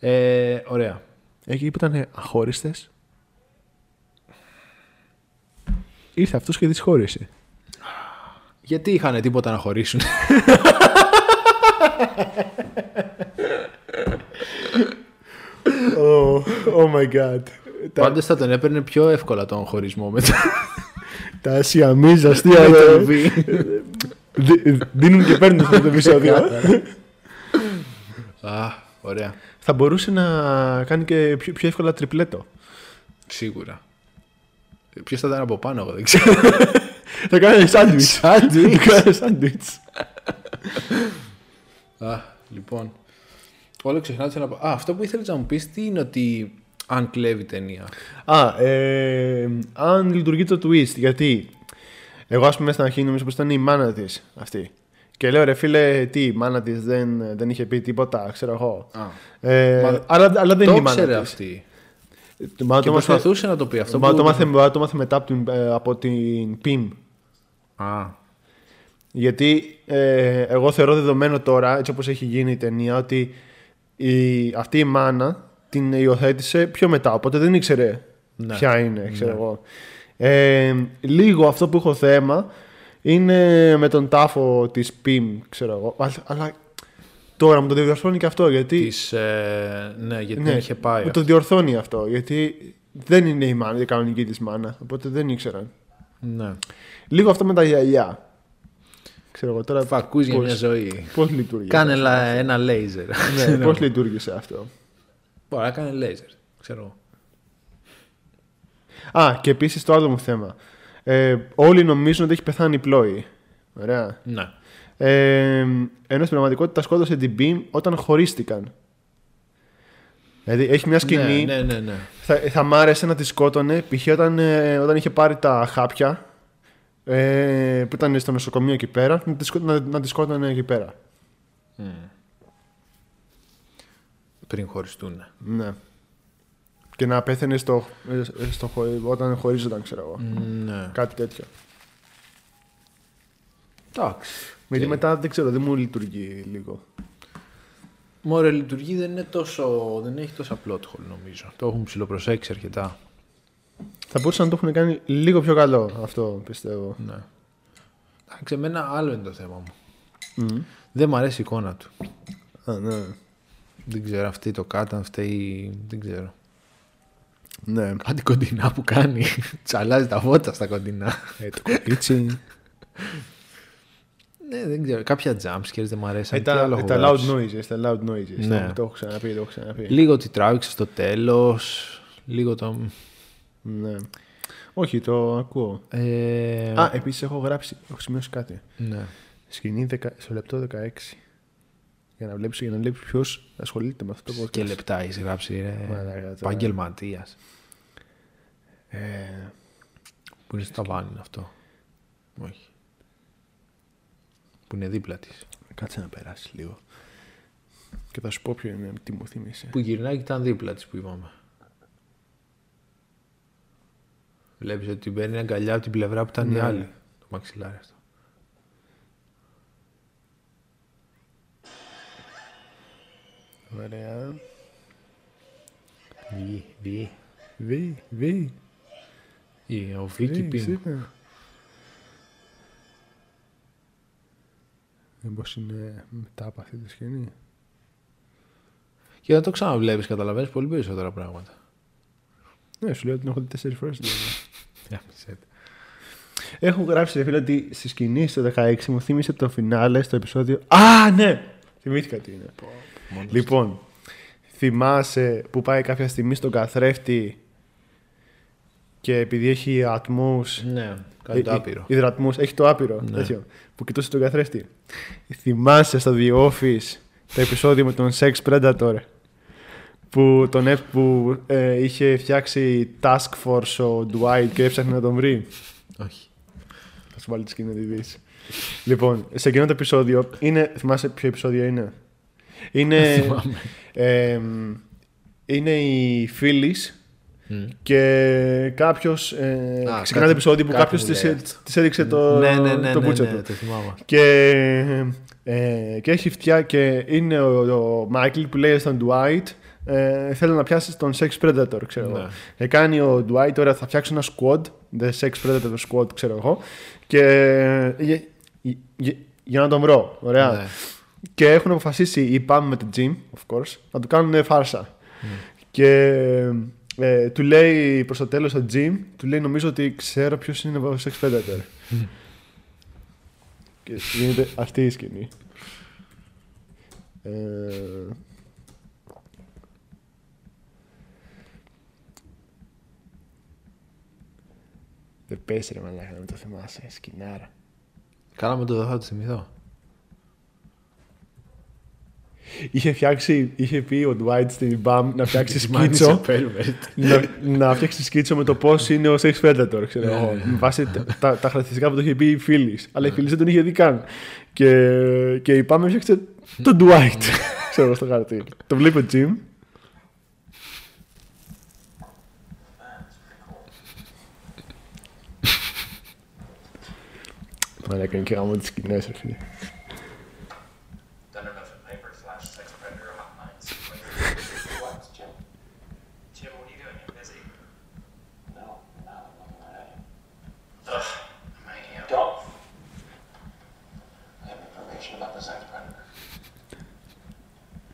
Ε, ωραία.
Εκεί που ήταν ε, αχώριστες. Ήρθε αυτός και τη χώρισε.
Γιατί είχαν τίποτα να χωρίσουν.
Oh, oh my god.
Πάντως θα τον έπαιρνε πιο εύκολα τον χωρισμό μετά.
Τα ασιαμίζα αστεία.
με
ρε.
τον Β.
Δι- Δίνουν και παίρνουν αυτό το επεισόδιο.
Α, ωραία.
Θα μπορούσε να κάνει και πιο, πιο εύκολα τριπλέτο.
Σίγουρα. Ποιο θα ήταν από πάνω, εγώ δεν ξέρω.
Θα κάνει σάντουιτ.
Σάντουιτς.
Θα κάνει σάντουιτ.
Α, λοιπόν. Όλο ξεχνάω τι θέλω να πω. Α, αυτό που ήθελες να μου πεις τι είναι ότι αν κλέβει ταινία.
Α, ε, αν λειτουργεί το twist. Γιατί εγώ, ας πούμε, στην αρχή νομίζω πως ήταν η μάνα της αυτή. Και λέω ρε φίλε, τι, η μάνα της δεν, δεν είχε πει τίποτα, ξέρω εγώ.
Α.
Ε,
Μα
αλλά, αλλά δεν
το
είναι η μάνα
ήξερε
της.
αυτή.
Το μάνα
Και
το μάθε-
προσπαθούσε να το πει αυτό.
το μάνα
που-
το μάθε- μάνα το μάθε μετά από την, ε, από την PIM.
Α,
Γιατί ε, εγώ θεωρώ δεδομένο τώρα, έτσι όπως έχει γίνει η ταινία, ότι η, αυτή η μάνα την υιοθέτησε πιο μετά, οπότε δεν ήξερε
Ναι.
ποια είναι, ξέρω εγώ. Ε, λίγο αυτό που έχω θέμα είναι με τον τάφο της Πιμ, ξέρω εγώ. Αλλά, αλλά τώρα μου το διορθώνει και αυτό, γιατί...
της, ε, ναι, γιατί δεν είχε πάει.
Μου το διορθώνει αυτό, γιατί δεν είναι η, μάνα, η κανονική της μάνα, οπότε δεν ήξεραν.
Ναι.
Λίγο αυτό με τα γυαλιά. Ξέρω εγώ τώρα.
Φακούς για
πώς-
μια ζωή.
Πώς λειτουργήσε.
Κάνε λα- ένα λέιζερ.
Ναι, πώς λειτουργήσε αυτό.
Μπορεί να κάνει λέιζερ. Ξέρω. εγώ.
Α, και επίσης το άλλο μου θέμα. Ε, όλοι νομίζουν ότι έχει πεθάνει η πλόη. Ωραία.
Ναι.
Ε, ενώ στην πραγματικότητα σκότωσε την Beam όταν χωρίστηκαν. Δηλαδή έχει μια σκηνή.
Ναι, ναι, ναι. ναι.
Θα, θα μ' άρεσε να τη σκότωνε π.χ. Όταν, ε, όταν είχε πάρει τα χάπια ε, που ήταν στο νοσοκομείο εκεί πέρα, να τη, σκο- να, να τη σκότωνε εκεί πέρα.
Πριν χωριστούν.
Ναι. Και να πέθαινε στο, ε, στο, χω- όταν χωρίζονταν, ξέρω εγώ.
Ναι.
Κάτι τέτοιο.
Εντάξει.
Γιατί μετά δεν ξέρω, δεν μου λειτουργεί λίγο.
Μωρέ, λειτουργεί δεν είναι τόσο. δεν έχει τόσα plot hole νομίζω. Το έχουν ψηλοπροσέξει αρκετά.
Θα μπορούσαν να το έχουν κάνει λίγο πιο καλό αυτό, πιστεύω.
Ναι. Εντάξει, εμένα άλλο είναι το θέμα μου. Ναι. Δεν μ' αρέσει η εικόνα του.
Α, ναι.
Δεν ξέρω, αυτή το κάταν, αυτή. δεν ξέρω.
Ναι.
Κάτι κοντινά που κάνει. Τσαλάζει τα φώτα στα κοντινά.
Ε, το κορίτσι.
ναι, δεν ξέρω. Κάποια jump scares δεν μ' αρέσαν.
Ε,
Τι
τα,
άλλο
ε,
έχω
τα
γράψει.
loud noises, τα loud noises.
Ναι.
Το, το έχω ξαναπεί, το έχω ξαναπεί.
Λίγο ότι τράβηξε στο τέλος. Λίγο το.
Ναι. Όχι, το ακούω.
Ε,
Α, επίσης έχω γράψει, έχω σημειώσει κάτι.
ναι.
Σκηνή δεκα- στο λεπτό 16. Για να βλέπεις, για να βλέπεις ποιος ασχολείται με αυτό το podcast.
Και λεπτά έχεις γράψει.
Μαλάκα, τώρα.
Ρε. Επαγγελματία.
Ε,
Που είναι στο ταβάνι είναι αυτό. Όχι. Που είναι δίπλα της.
κάτσε να περάσεις λίγο. Και θα σου πω ποιο είναι, τι μου θύμισε.
Που γυρνάει και ήταν δίπλα της που είπαμε. Βλέπεις ότι μπαίνει αγκαλιά από την πλευρά που ήταν η
Ναι.
άλλη. Το μαξιλάρι αυτό.
Ωραία.
Βγει, βγει.
Δι, δι.
Ή Ο Βίκυ Πιν.
Μήπως Ε, είναι μετά από αυτή τη σκηνή.
Και όταν το ξαναβλέπει, καταλαβαίνει πολύ περισσότερα πράγματα.
Ναι, σου λέω ότι την έχω δει τέσσερις φορές. δηλαδή.
Για μισέ το.
έχω γράψει, ρε φίλε, ότι στη σκηνή στο 16 μου θύμισε το φινάλε στο επεισόδιο. Α, ναι! Θυμήθηκα τι είναι.
Μόνος
Λοιπόν, θυμάσαι που πάει κάποια στιγμή στον καθρέφτη και επειδή έχει ατμούς
του. Ναι, κάτι το
Υ-
άπειρο. Ναι.
υ- Υδρατμούς. Έχει το άπειρο. Τέτοιο, που κοιτούσε τον καθρέφτη. Θυμάσαι στο The Office το επεισόδιο με τον Sex Predator που, τον, έ- που ε, είχε φτιάξει task force ο Dwight και έψαχνε να τον βρει.
Όχι.
Θα σου βάλει τη σκηνή να τη δεις. λοιπόν, σε εκείνο το επεισόδιο είναι. Θυμάσαι ποιο επεισόδιο είναι. Είναι.
Θυμάμαι.
ε, είναι η φίλη και κάποιος. Ε,
Α,
ξεκινά
κάτι-
το επεισόδιο που
κάτι
κάποιος
μου
της
λέει
έδειξε το,
ναι, ναι, ναι,
Ε, το
ναι,
μπούτσο
ναι,
του.
το θυμάμαι.
Και, ε, και έχει φτιά και είναι ο, ο Μάικλ που λέει στον Dwight ε, θέλω να πιάσεις τον Sex Predator, ξέρω
Ναι.
εγώ. Και κάνει ο Dwight, τώρα θα φτιάξω ένα squad, the Sex Predator squad, ξέρω εγώ, και ε, για, για- για να τον βρω, ωραία.
Ναι.
Και έχουν αποφασίσει οι Pam με το Jim, of course, να του κάνουν φάρσα. Και ε, του λέει προς το τέλος ο Jim, του λέει νομίζω ότι ξέρω ποιος είναι ο Sex Predator. Και γίνεται αυτή η σκηνή. Ε, Δεν πες ρε μαλάκα να μην το θυμάσαι, σκηνάρα.
Κάναμε το δεν θα το θυμηθώ.
Είχε, φτιάξει, είχε πει ο Dwight στην Μπαμ να φτιάξει
Μάνι
σκίτσο.
Σαπέλβερτ.
να, να φτιάξει σκίτσο με το πώς είναι ο Sex Predator, ξέρω
Ναι,
εγώ.
ναι.
Με βάση τα, τα, τα χαρακτηριστικά που του είχε πει η Φίλη. Αλλά η Φίλη δεν τον είχε δει καν. Και, και η Μπαμ έφτιαξε τον Dwight. ξέρω εγώ στο χαρτί. Το βλέπει ο Jim. Μαλάκα είναι και γάμο τις σκηνές, ρε φίλε.
Dunder Mifflin Paper slash sex predator hotline sequence. What, Jim? Jim, what are you doing? You're busy. No, not Ugh, I'm hanging out. Don't. I have information about the sex predator.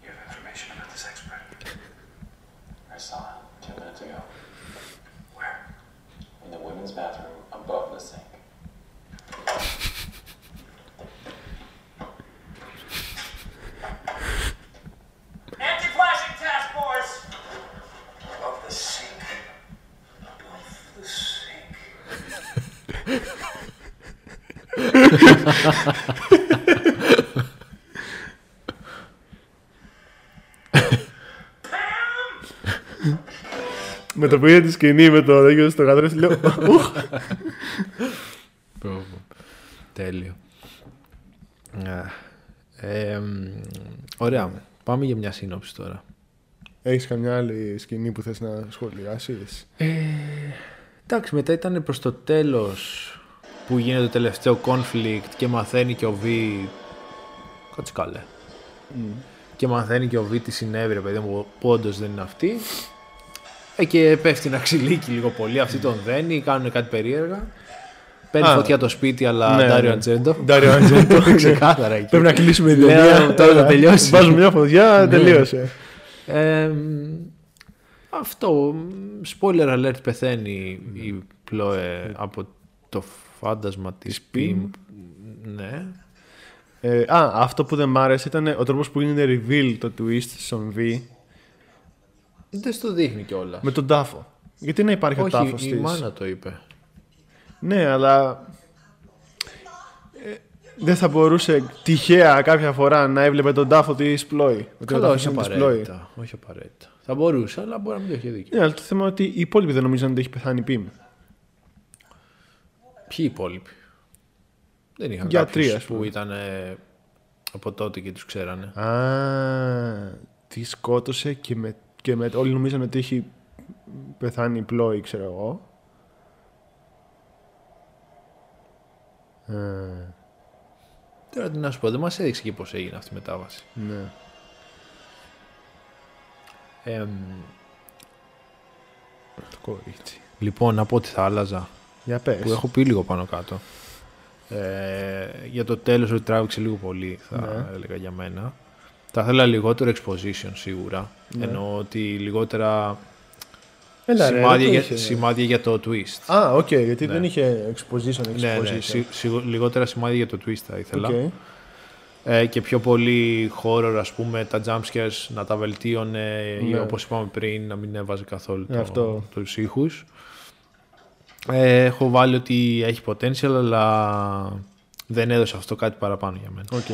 You have information about the sex predator? I saw him ten minutes ago. Where? In the women's bathroom above the sink. Anti-flashing task force. Above the sink. Above the sink.
Με το που είδε τη σκηνή με το δέγιο στο γατρό, λέω. «Ουχ».
Τέλειο. Α, ε, μ, ωραία. Πάμε για μια σύνοψη τώρα.
Έχεις καμιά άλλη σκηνή που θες να σχολιάσεις.
Εντάξει, μετά ήταν προς το τέλος που γίνεται το τελευταίο conflict και μαθαίνει και ο Βι... Κάτσε καλέ. Και μαθαίνει και ο Βι τι συνέβη, ρε παιδί μου, που όντως δεν είναι αυτή. Ε, και πέφτει να ξυλίκι λίγο πολύ, αυτή τον δένει, κάνουν κάτι περίεργα. Παίρνει
Α.
φωτιά το σπίτι, αλλά
Ναι,
Ντάριο
ναι.
Ατζέντο.
Ντάριο Ατζέντο, ναι.
Ξεκάθαρα εκεί.
Πρέπει να κλείσουμε την
Λέω,
ταινία.
τώρα θα τελειώσει.
Βάζουμε μια φωτιά, τελείωσε.
Ε, μ, αυτό. μ, Spoiler alert πεθαίνει
Ναι.
η Πλόε από το φάντασμα της Πιμ. Ναι.
Ε, α, αυτό που δεν μ' άρεσε ήταν ο τρόπος που γίνεται reveal το twist στον V
Δεν στο δείχνει κιόλας.
με τον τάφο. Γιατί να υπάρχει ο
Όχι,
τάφος
η
της.
μάνα το είπε.
Ναι, αλλά... ε, δεν θα μπορούσε τυχαία κάποια φορά να έβλεπε τον τάφο της Πλόη. Ότι ο
Καλά,
τάφος
όχι
είναι της Πλόη.
απαραίτητα. Όχι απαραίτητα. Θα μπορούσε, αλλά μπορεί να μην το έχει δίκιο.
Ναι, αλλά το θέμα είναι ότι οι υπόλοιποι δεν νομίζουν ότι έχει πεθάνει η Πιμ.
Ποιοι υπόλοιποι. Δεν είχαν
Για
κάποιους
τρία, ας
που ήταν ε, από τότε και τους ξέρανε.
Α, τη σκότωσε και, με, και με, όλοι νομίζαν ότι έχει πεθάνει η πλόη, ξέρω εγώ. Ε,
Τώρα τι να σου πω, δεν μας έδειξε και πώς έγινε αυτή η μετάβαση.
ναι.
Εμ,
Το κορίτσι.
λοιπόν, να πω ότι θα άλλαζα.
Για πες.
που έχω πει λίγο πάνω κάτω. Ε, για το τέλος ότι τράβηξε λίγο πολύ, θα
Ναι.
έλεγα για μένα. Θα ήθελα λιγότερο exposition σίγουρα. Εννοώ ότι λιγότερα
Ναι. Έλα, ρε,
σημάδια,
δεν το
για,
είχε.
σημάδια για το twist.
Α, οκ, γιατί δεν είχε exposition, exposition.
ναι, ναι, σι- σιγου- λιγότερα σημάδια για το twist θα ήθελα.
Οκ.
Ε, και πιο πολύ horror, ας πούμε, τα jump scares να τα βελτίωνε ή
Ναι.
όπως είπαμε πριν να μην έβαζε καθόλου το,
Αυτό.
τους ήχους. Ε, έχω βάλει ότι έχει potential, αλλά δεν έδωσε αυτό κάτι παραπάνω για μένα.
Οκ.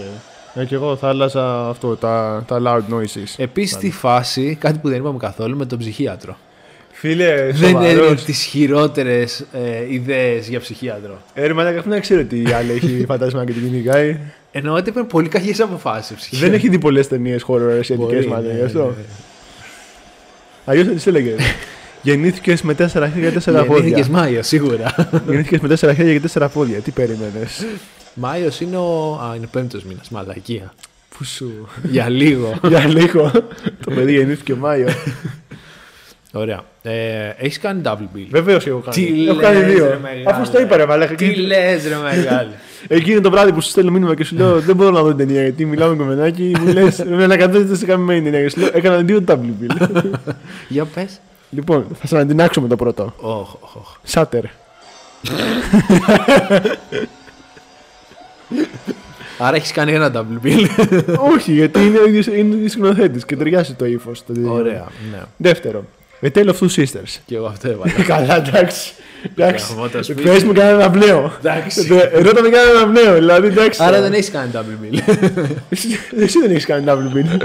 Ε, και εγώ θα άλλαζα αυτό, τα, τα loud noises.
Επίσης στη φάση, κάτι που δεν είπαμε καθόλου, με τον ψυχίατρο.
Φίλε,
Δεν
σοβαρός.
έδινε τις χειρότερες ε, ιδέες για ψυχίατρο.
Ε, ρε μαλάκα, αφού να ξέρω ότι η άλλη έχει φαντάσμα και την κυνηγάει.
Ενώ ότι έπαιρνε πολύ κακές αποφάσεις.
Δεν έχει δει πολλές ταινίες χώρο ασιατικέ
Ναι,
μάλλον γι' αυτό. Αλλιώς θα τις έλεγες. Γεννήθηκες με τέσσερα χέρια και
Ναι,
τέσσερα
Γεννήθηκες
πόδια.
Μάιος, σίγουρα.
Γεννήθηκες με τέσσερα χέρια και τέσσερα πόδια. Τι περίμενες.
Μάιος είναι ο. Α, είναι πέμπτος μήνας. Μαλακία.
Πού σου.
Για λίγο.
Για λίγο. Το παιδί γεννήθηκε Μάιος.
Ωραία. Ε, έχεις κάνει double bill.
Βεβαίως έχω κάνει.
Τι
έχω
λες,
κάνει
ρε
δύο.
μεγάλε.
Αφού στα είπα, ρε μαλάκα.
Τι λες, ρε μεγάλη.
Εκείνο το βράδυ που σου στέλνω μήνυμα και σου λέω Δεν μπορώ να δω την ταινία γιατί μιλάμε με κομμενάκι. Μου λες με ανακατέζεται σε καμία ταινία. Και σου λέω Έκανα δύο double bill.
Για πες.
Λοιπόν, θα σα ανατινάξω με το πρώτο.
Οχ, οχ, οχ.
Σάτερ.
Άρα έχεις κάνει ένα double bill.
Όχι, γιατί είναι ο ίδιος- είναι ο ίδιος σκηνοθέτης και ταιριάζει το ύφος.
Ωραία. Ναι.
Δεύτερο. The Tale of Two Sisters.
Και εγώ αυτό έβαλα.
Καλά, εντάξει. Εντάξει.
Γαμώ το σπίτι.
Πες μου κανένα ναυλαίο.
Εντάξει.
Εδώ με κανένα ναυλαίο, δηλαδή εντάξει.
Άρα δεν έχεις κάνει double bill.
Εσύ- Εσύ δεν έχεις κάνει double bill.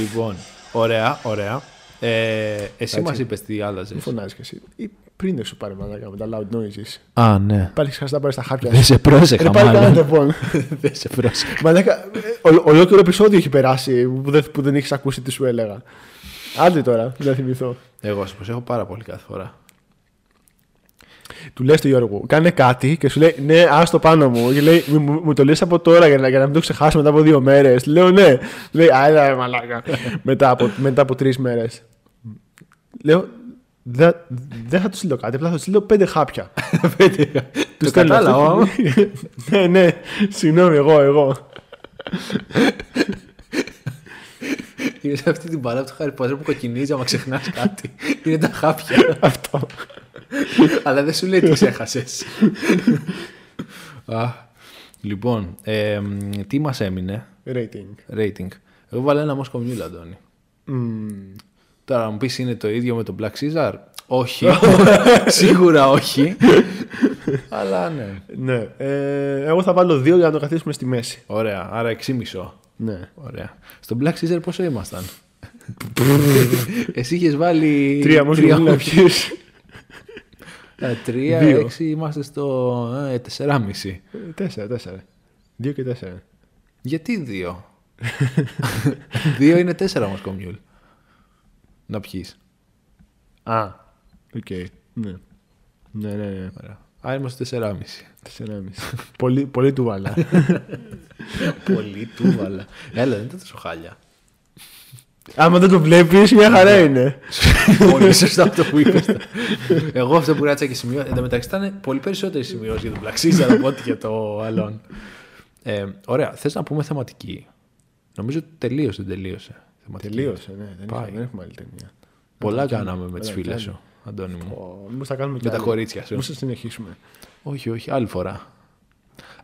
λοιπόν, ωραία, ωραία. Ε, εσύ μας είπες τι άλλαζες.
Μη φωνάζεις κι εσύ. Ή Πριν δεν σου πάρει μαλάκα με τα loud noises.
Α, ναι.
Πάλι ξεχάσει να πάρεις τα χάπια.
Δεν σε
Ρε
πρόσεχα,
πάλι κανένα
μάλλον.
τεπών.
Δεν σε πρόσεχα.
Μαλάκα, ε, ολο- ολόκληρο επεισόδιο έχει περάσει που δεν, που δεν έχεις ακούσει τι σου έλεγα. Άντε τώρα, δεν θυμηθώ.
Εγώ σε προσέχω πάρα πολύ κάθε φορά.
Του λες του Γιώργου, κάνε κάτι και σου λέει Ναι, άστο πάνω μου. Και λέει, «Μη- μου, μου το λες από τώρα για να, για να μην το ξεχάσω μετά από δύο μέρες. Λέω ναι. Λέει, Άρα, ρε μαλάκα. μετά από, μετά από τρεις μέρες. Λέω, «Δε- δεν θα του στείλω κάτι, απλά θα του στείλω πέντε χάπια.
Του
στέλνω
κατάλαβα.
αυτό.
όμως.
ναι, ναι, συγγνώμη, εγώ, εγώ.
Είναι σε αυτή την παρά του Χάρη Ποtter που κοκκινίζει άμα ξεχνάς κάτι. Είναι τα χάπια.
Αυτό.
Αλλά δεν σου λέει τι ξέχασες. Λοιπόν, ε, μ, τι μας έμεινε
Rating.
rating. Εγώ βάλα ένα Moscow Mule, Αντώνη.
Μμμ.
Τώρα μου πεις είναι το ίδιο με τον Black Caesar. Όχι. Σίγουρα όχι. Αλλά ναι.
Ναι. Ε, εγώ θα βάλω δύο για να το καθίσουμε στη μέση.
Ωραία. Άρα 6,5.
Ναι.
Ωραία. Στον Black Caesar πόσο ήμασταν. Εσύ είχες βάλει.
Τρία μόνο
τρία-
να πιεις.
Ε, Τρία,
Δύο.
έξι, είμαστε στο ε, τεσσεράμιση.
Ε, Τέσσερα, τέσσερα. Δύο και τέσσερα.
Γιατί δύο. δύο είναι τέσσερα όμως κομιούλ. Να πιείς.
Α. Οκ. Ναι. Ναι, ναι, ναι.
Ωραία. Άρα είμαστε στο τεσσεράμιση.
Τέσσερα μισή. πολύ, πολύ του βάλα.
Πολύ τούβαλα. Έλα, δεν τα τόσο χάλια.
Άμα δεν το βλέπεις, μια χαρά είναι.
πολύ σωστά αυτό που είπες. Εγώ αυτό που κράτησα και σημειώσα. Εν τω μεταξύ ήταν πολύ περισσότερες σημειώσεις για τον Black Caesar από ό,τι για το άλλον. Ε, ωραία, θες να πούμε θεματική. Νομίζω ότι τελείωσε, δεν τελείωσε. Θεματική.
Τελείωσε, ναι. Δεν, είχα-
Πάει.
δεν έχουμε άλλη ταινία.
Πολλά κάναμε με τις φίλε
κάνουμε.
σου, Αντώνη μου.
Μήπως θα κάνουμε και
Με τα
άλλη.
κορίτσια σου.
Μήπως θα συνεχίσουμε.
Όχι, όχι, άλλη φορά.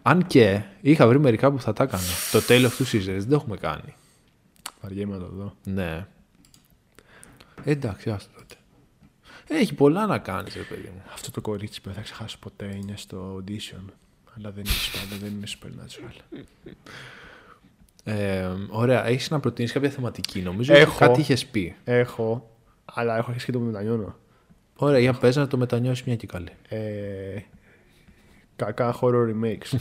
Αν και είχα βρει μερικά που θα τα έκανα. Το Tale of Two Caesars δεν το έχουμε κάνει.
Βαριέμαι να το δω.
Ναι. Εντάξει, άστο τότε. Έχει πολλά να κάνεις, ρε παιδί μου.
Αυτό το κορίτσι που δεν θα ξεχάσω ποτέ είναι στο audition. Αλλά δεν είναι σπάντα, δεν είναι supernatural.
Ε, ωραία, έχεις να προτείνεις κάποια θεματική. Νομίζω
Έχω.
ότι κάτι είχες πει.
Έχω, αλλά έχω αρχίσει και το μετανιώνω.
Ωραία, για πες να το μετανιώσεις μια και καλή.
Ε, κακά horror remakes.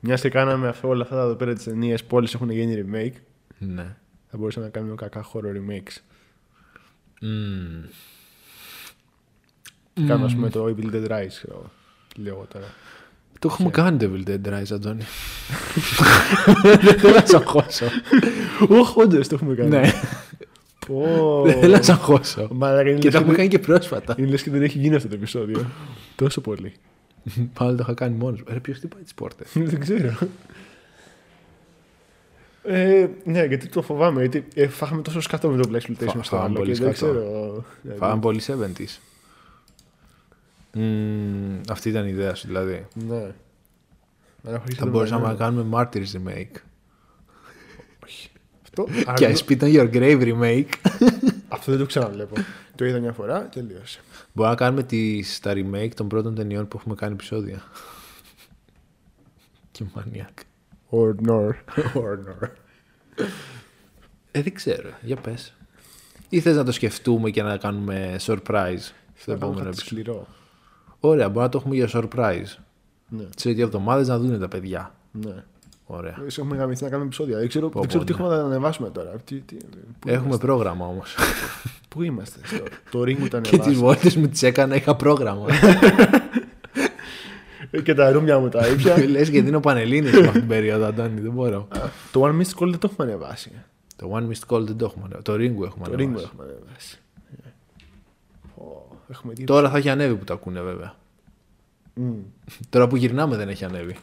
Μιας και κάναμε αυτό, όλα αυτά τα εδώ πέρα τις ταινίες που όλες έχουν γίνει remake,
Ναι.
θα μπορούσαμε να κάνουμε κακά horror remakes.
Μμμ.
Κάνω ας πούμε το Evil Dead Rise, ξέρω, εγώ. λέω εγώ τώρα.
Το έχουμε κάνει Devil Dead Rise, Αντώνη. δεν θέλω να σ' αγχώσω.
Οχ, όντως το έχουμε κάνει.
ναι,
Πω.
δεν θέλω να σ' αγχώσω.
Μαλάκα, είναι
και
λες
τα
και
έχουμε
δεν-
κάνει και πρόσφατα.
είναι λες και δεν έχει γίνει αυτό το επεισόδιο. Τόσο πολύ.
Πάλι το είχα κάνει μόνος. Ρε, ποιος χτυπάει τις πόρτες.
Δεν ξέρω. Ε, ναι, γιατί το φοβάμαι. Γιατί ε, φάγαμε τόσο σκατό με το Black Exploitation
Φά-
στο
φάγαμε
άλλο
πολύ
και δεν
σκατό.
ξέρω. δηλαδή.
Φάγαμε πολύ 70s. Μμμ, αυτή ήταν η ιδέα σου, δηλαδή.
Ναι. Αλλά έχω αρχίσει
Θα
το
μπορούσαμε να
μυαλό.
κάνουμε Martyrs remake.
Αυτό,
Και
αρνο-
I Spit on Your Grave remake.
αυτό δεν το ξαναβλέπω. το είδα μια φορά, τελείωσε.
Μπορούμε να κάνουμε τις, τα remake των πρώτων ταινιών που έχουμε κάνει επεισόδια. και μανιακ.
Or nor.
Ε, δεν ξέρω. Για πες. Ή θες να το σκεφτούμε και να κάνουμε surprise στο
Θα κάνω
επόμενο
κάτι
επεισόδιο.
σκληρό.
Ωραία, μπορεί να το έχουμε για surprise.
Ναι.
Σε δύο εβδομάδες να δουν τα παιδιά.
Ναι.
Ωραία.
Εμείς Έχουμε γαμηθεί να κάνουμε επεισόδια. Δεν ξέρω,
Πω,
δεν ξέρω
πω,
τι
ναι.
έχουμε να ανεβάσουμε τώρα. Τι, τι, πού,
Έχουμε πρόγραμμα όμως.
Ναι, πού είμαστε. Στο, το ring μου τα
και τι
ανεβάσαμε.
βόλτες μου τις έκανα, είχα πρόγραμμα.
Ναι. Ε, και τα ρούμια μου τα ήπια.
Λες και δίνω πανελίνε σε αυτήν την περίοδο, Αντώνη, δεν μπορώ.
το One Missed Call δεν το έχουμε ανεβάσει.
το One Missed Call δεν το έχουμε. ανεβάσει. Το Ringo έχουμε
Το ring μου
ανεβάσει.
έχουμε ανεβάσει. Ε. Πω, Έχουμε τι.
Τώρα θα έχει ανέβει που το ακούνε βέβαια.
Μμμ.
Τώρα που γυρνάμε δεν έχει ανέβει.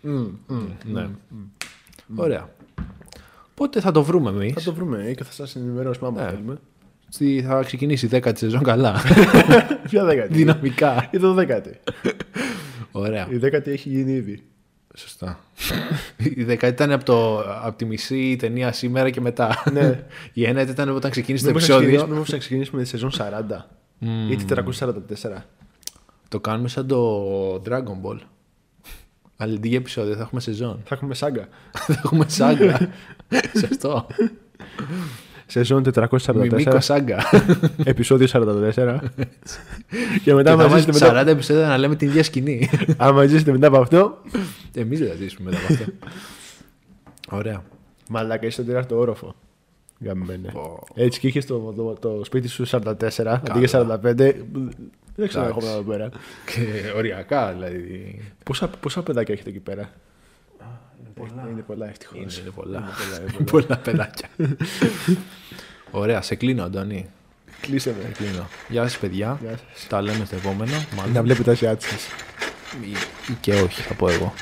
Μμμ, μμμ.
Ναι. Ωραία. Πότε θα το βρούμε εμείς.
Θα το βρούμε ε, και θα σας ενημερώσουμε άμα
Ε.
θέλουμε.
Θα ξεκινήσει η δέκατη σεζόν καλά.
Ποια δέκατη.
Δυναμικά.
Η δωδέκατη.
Ωραία.
Η δέκατη έχει γίνει ήδη.
Σωστά. Η δεκαετία ήταν από, το, από τη μισή ταινία σήμερα και μετά.
Ναι.
Η ένα ήταν όταν ξεκίνησε το
Μήπως να ξεκινήσουμε-
επεισόδιο.
μήπως να ξεκινήσουμε τη σεζόν 40 ή τη 444.
Το κάνουμε σαν το Dragon Ball. Αλλά αντί για επεισόδιο θα έχουμε σεζόν.
Θα έχουμε σάγκα.
θα έχουμε σάγκα. Σωστό.
Σεζόν 444.
Μιμίκο σάγκα.
επεισόδιο 44. και
Και
μετά
θα
άμα
βάζουμε
ζήσετε μετά,
40 επεισόδια να λέμε την ίδια σκηνή.
άμα ζήσετε μετά από αυτό.
Εμείς δεν θα ζήσουμε δηλαδή, μετά από αυτό. Ωραία.
Μαλάκα, είσαι στον τέταρτο όροφο. Γαμμένε. Έτσι και είχες το, το, το σπίτι σου 44, αντί για 45. Δεν ξέρω
Εντάξει.
έχουμε εδώ πέρα.
Και οριακά δηλαδή.
Πόσα, πόσα παιδάκια έχετε εκεί πέρα. Είναι πολλά, είναι πολλά ευτυχώς.
Είναι, είναι πολλά. πολλά παιδάκια. Ωραία, σε κλείνω, Αντώνη.
Κλείσε με.
Κλείνω. Γεια σας παιδιά.
Γεια
Τα λέμε στο επόμενο. Μάλλον
Να βλέπετε τα σιάτσα
ή- ή και όχι, θα πω εγώ.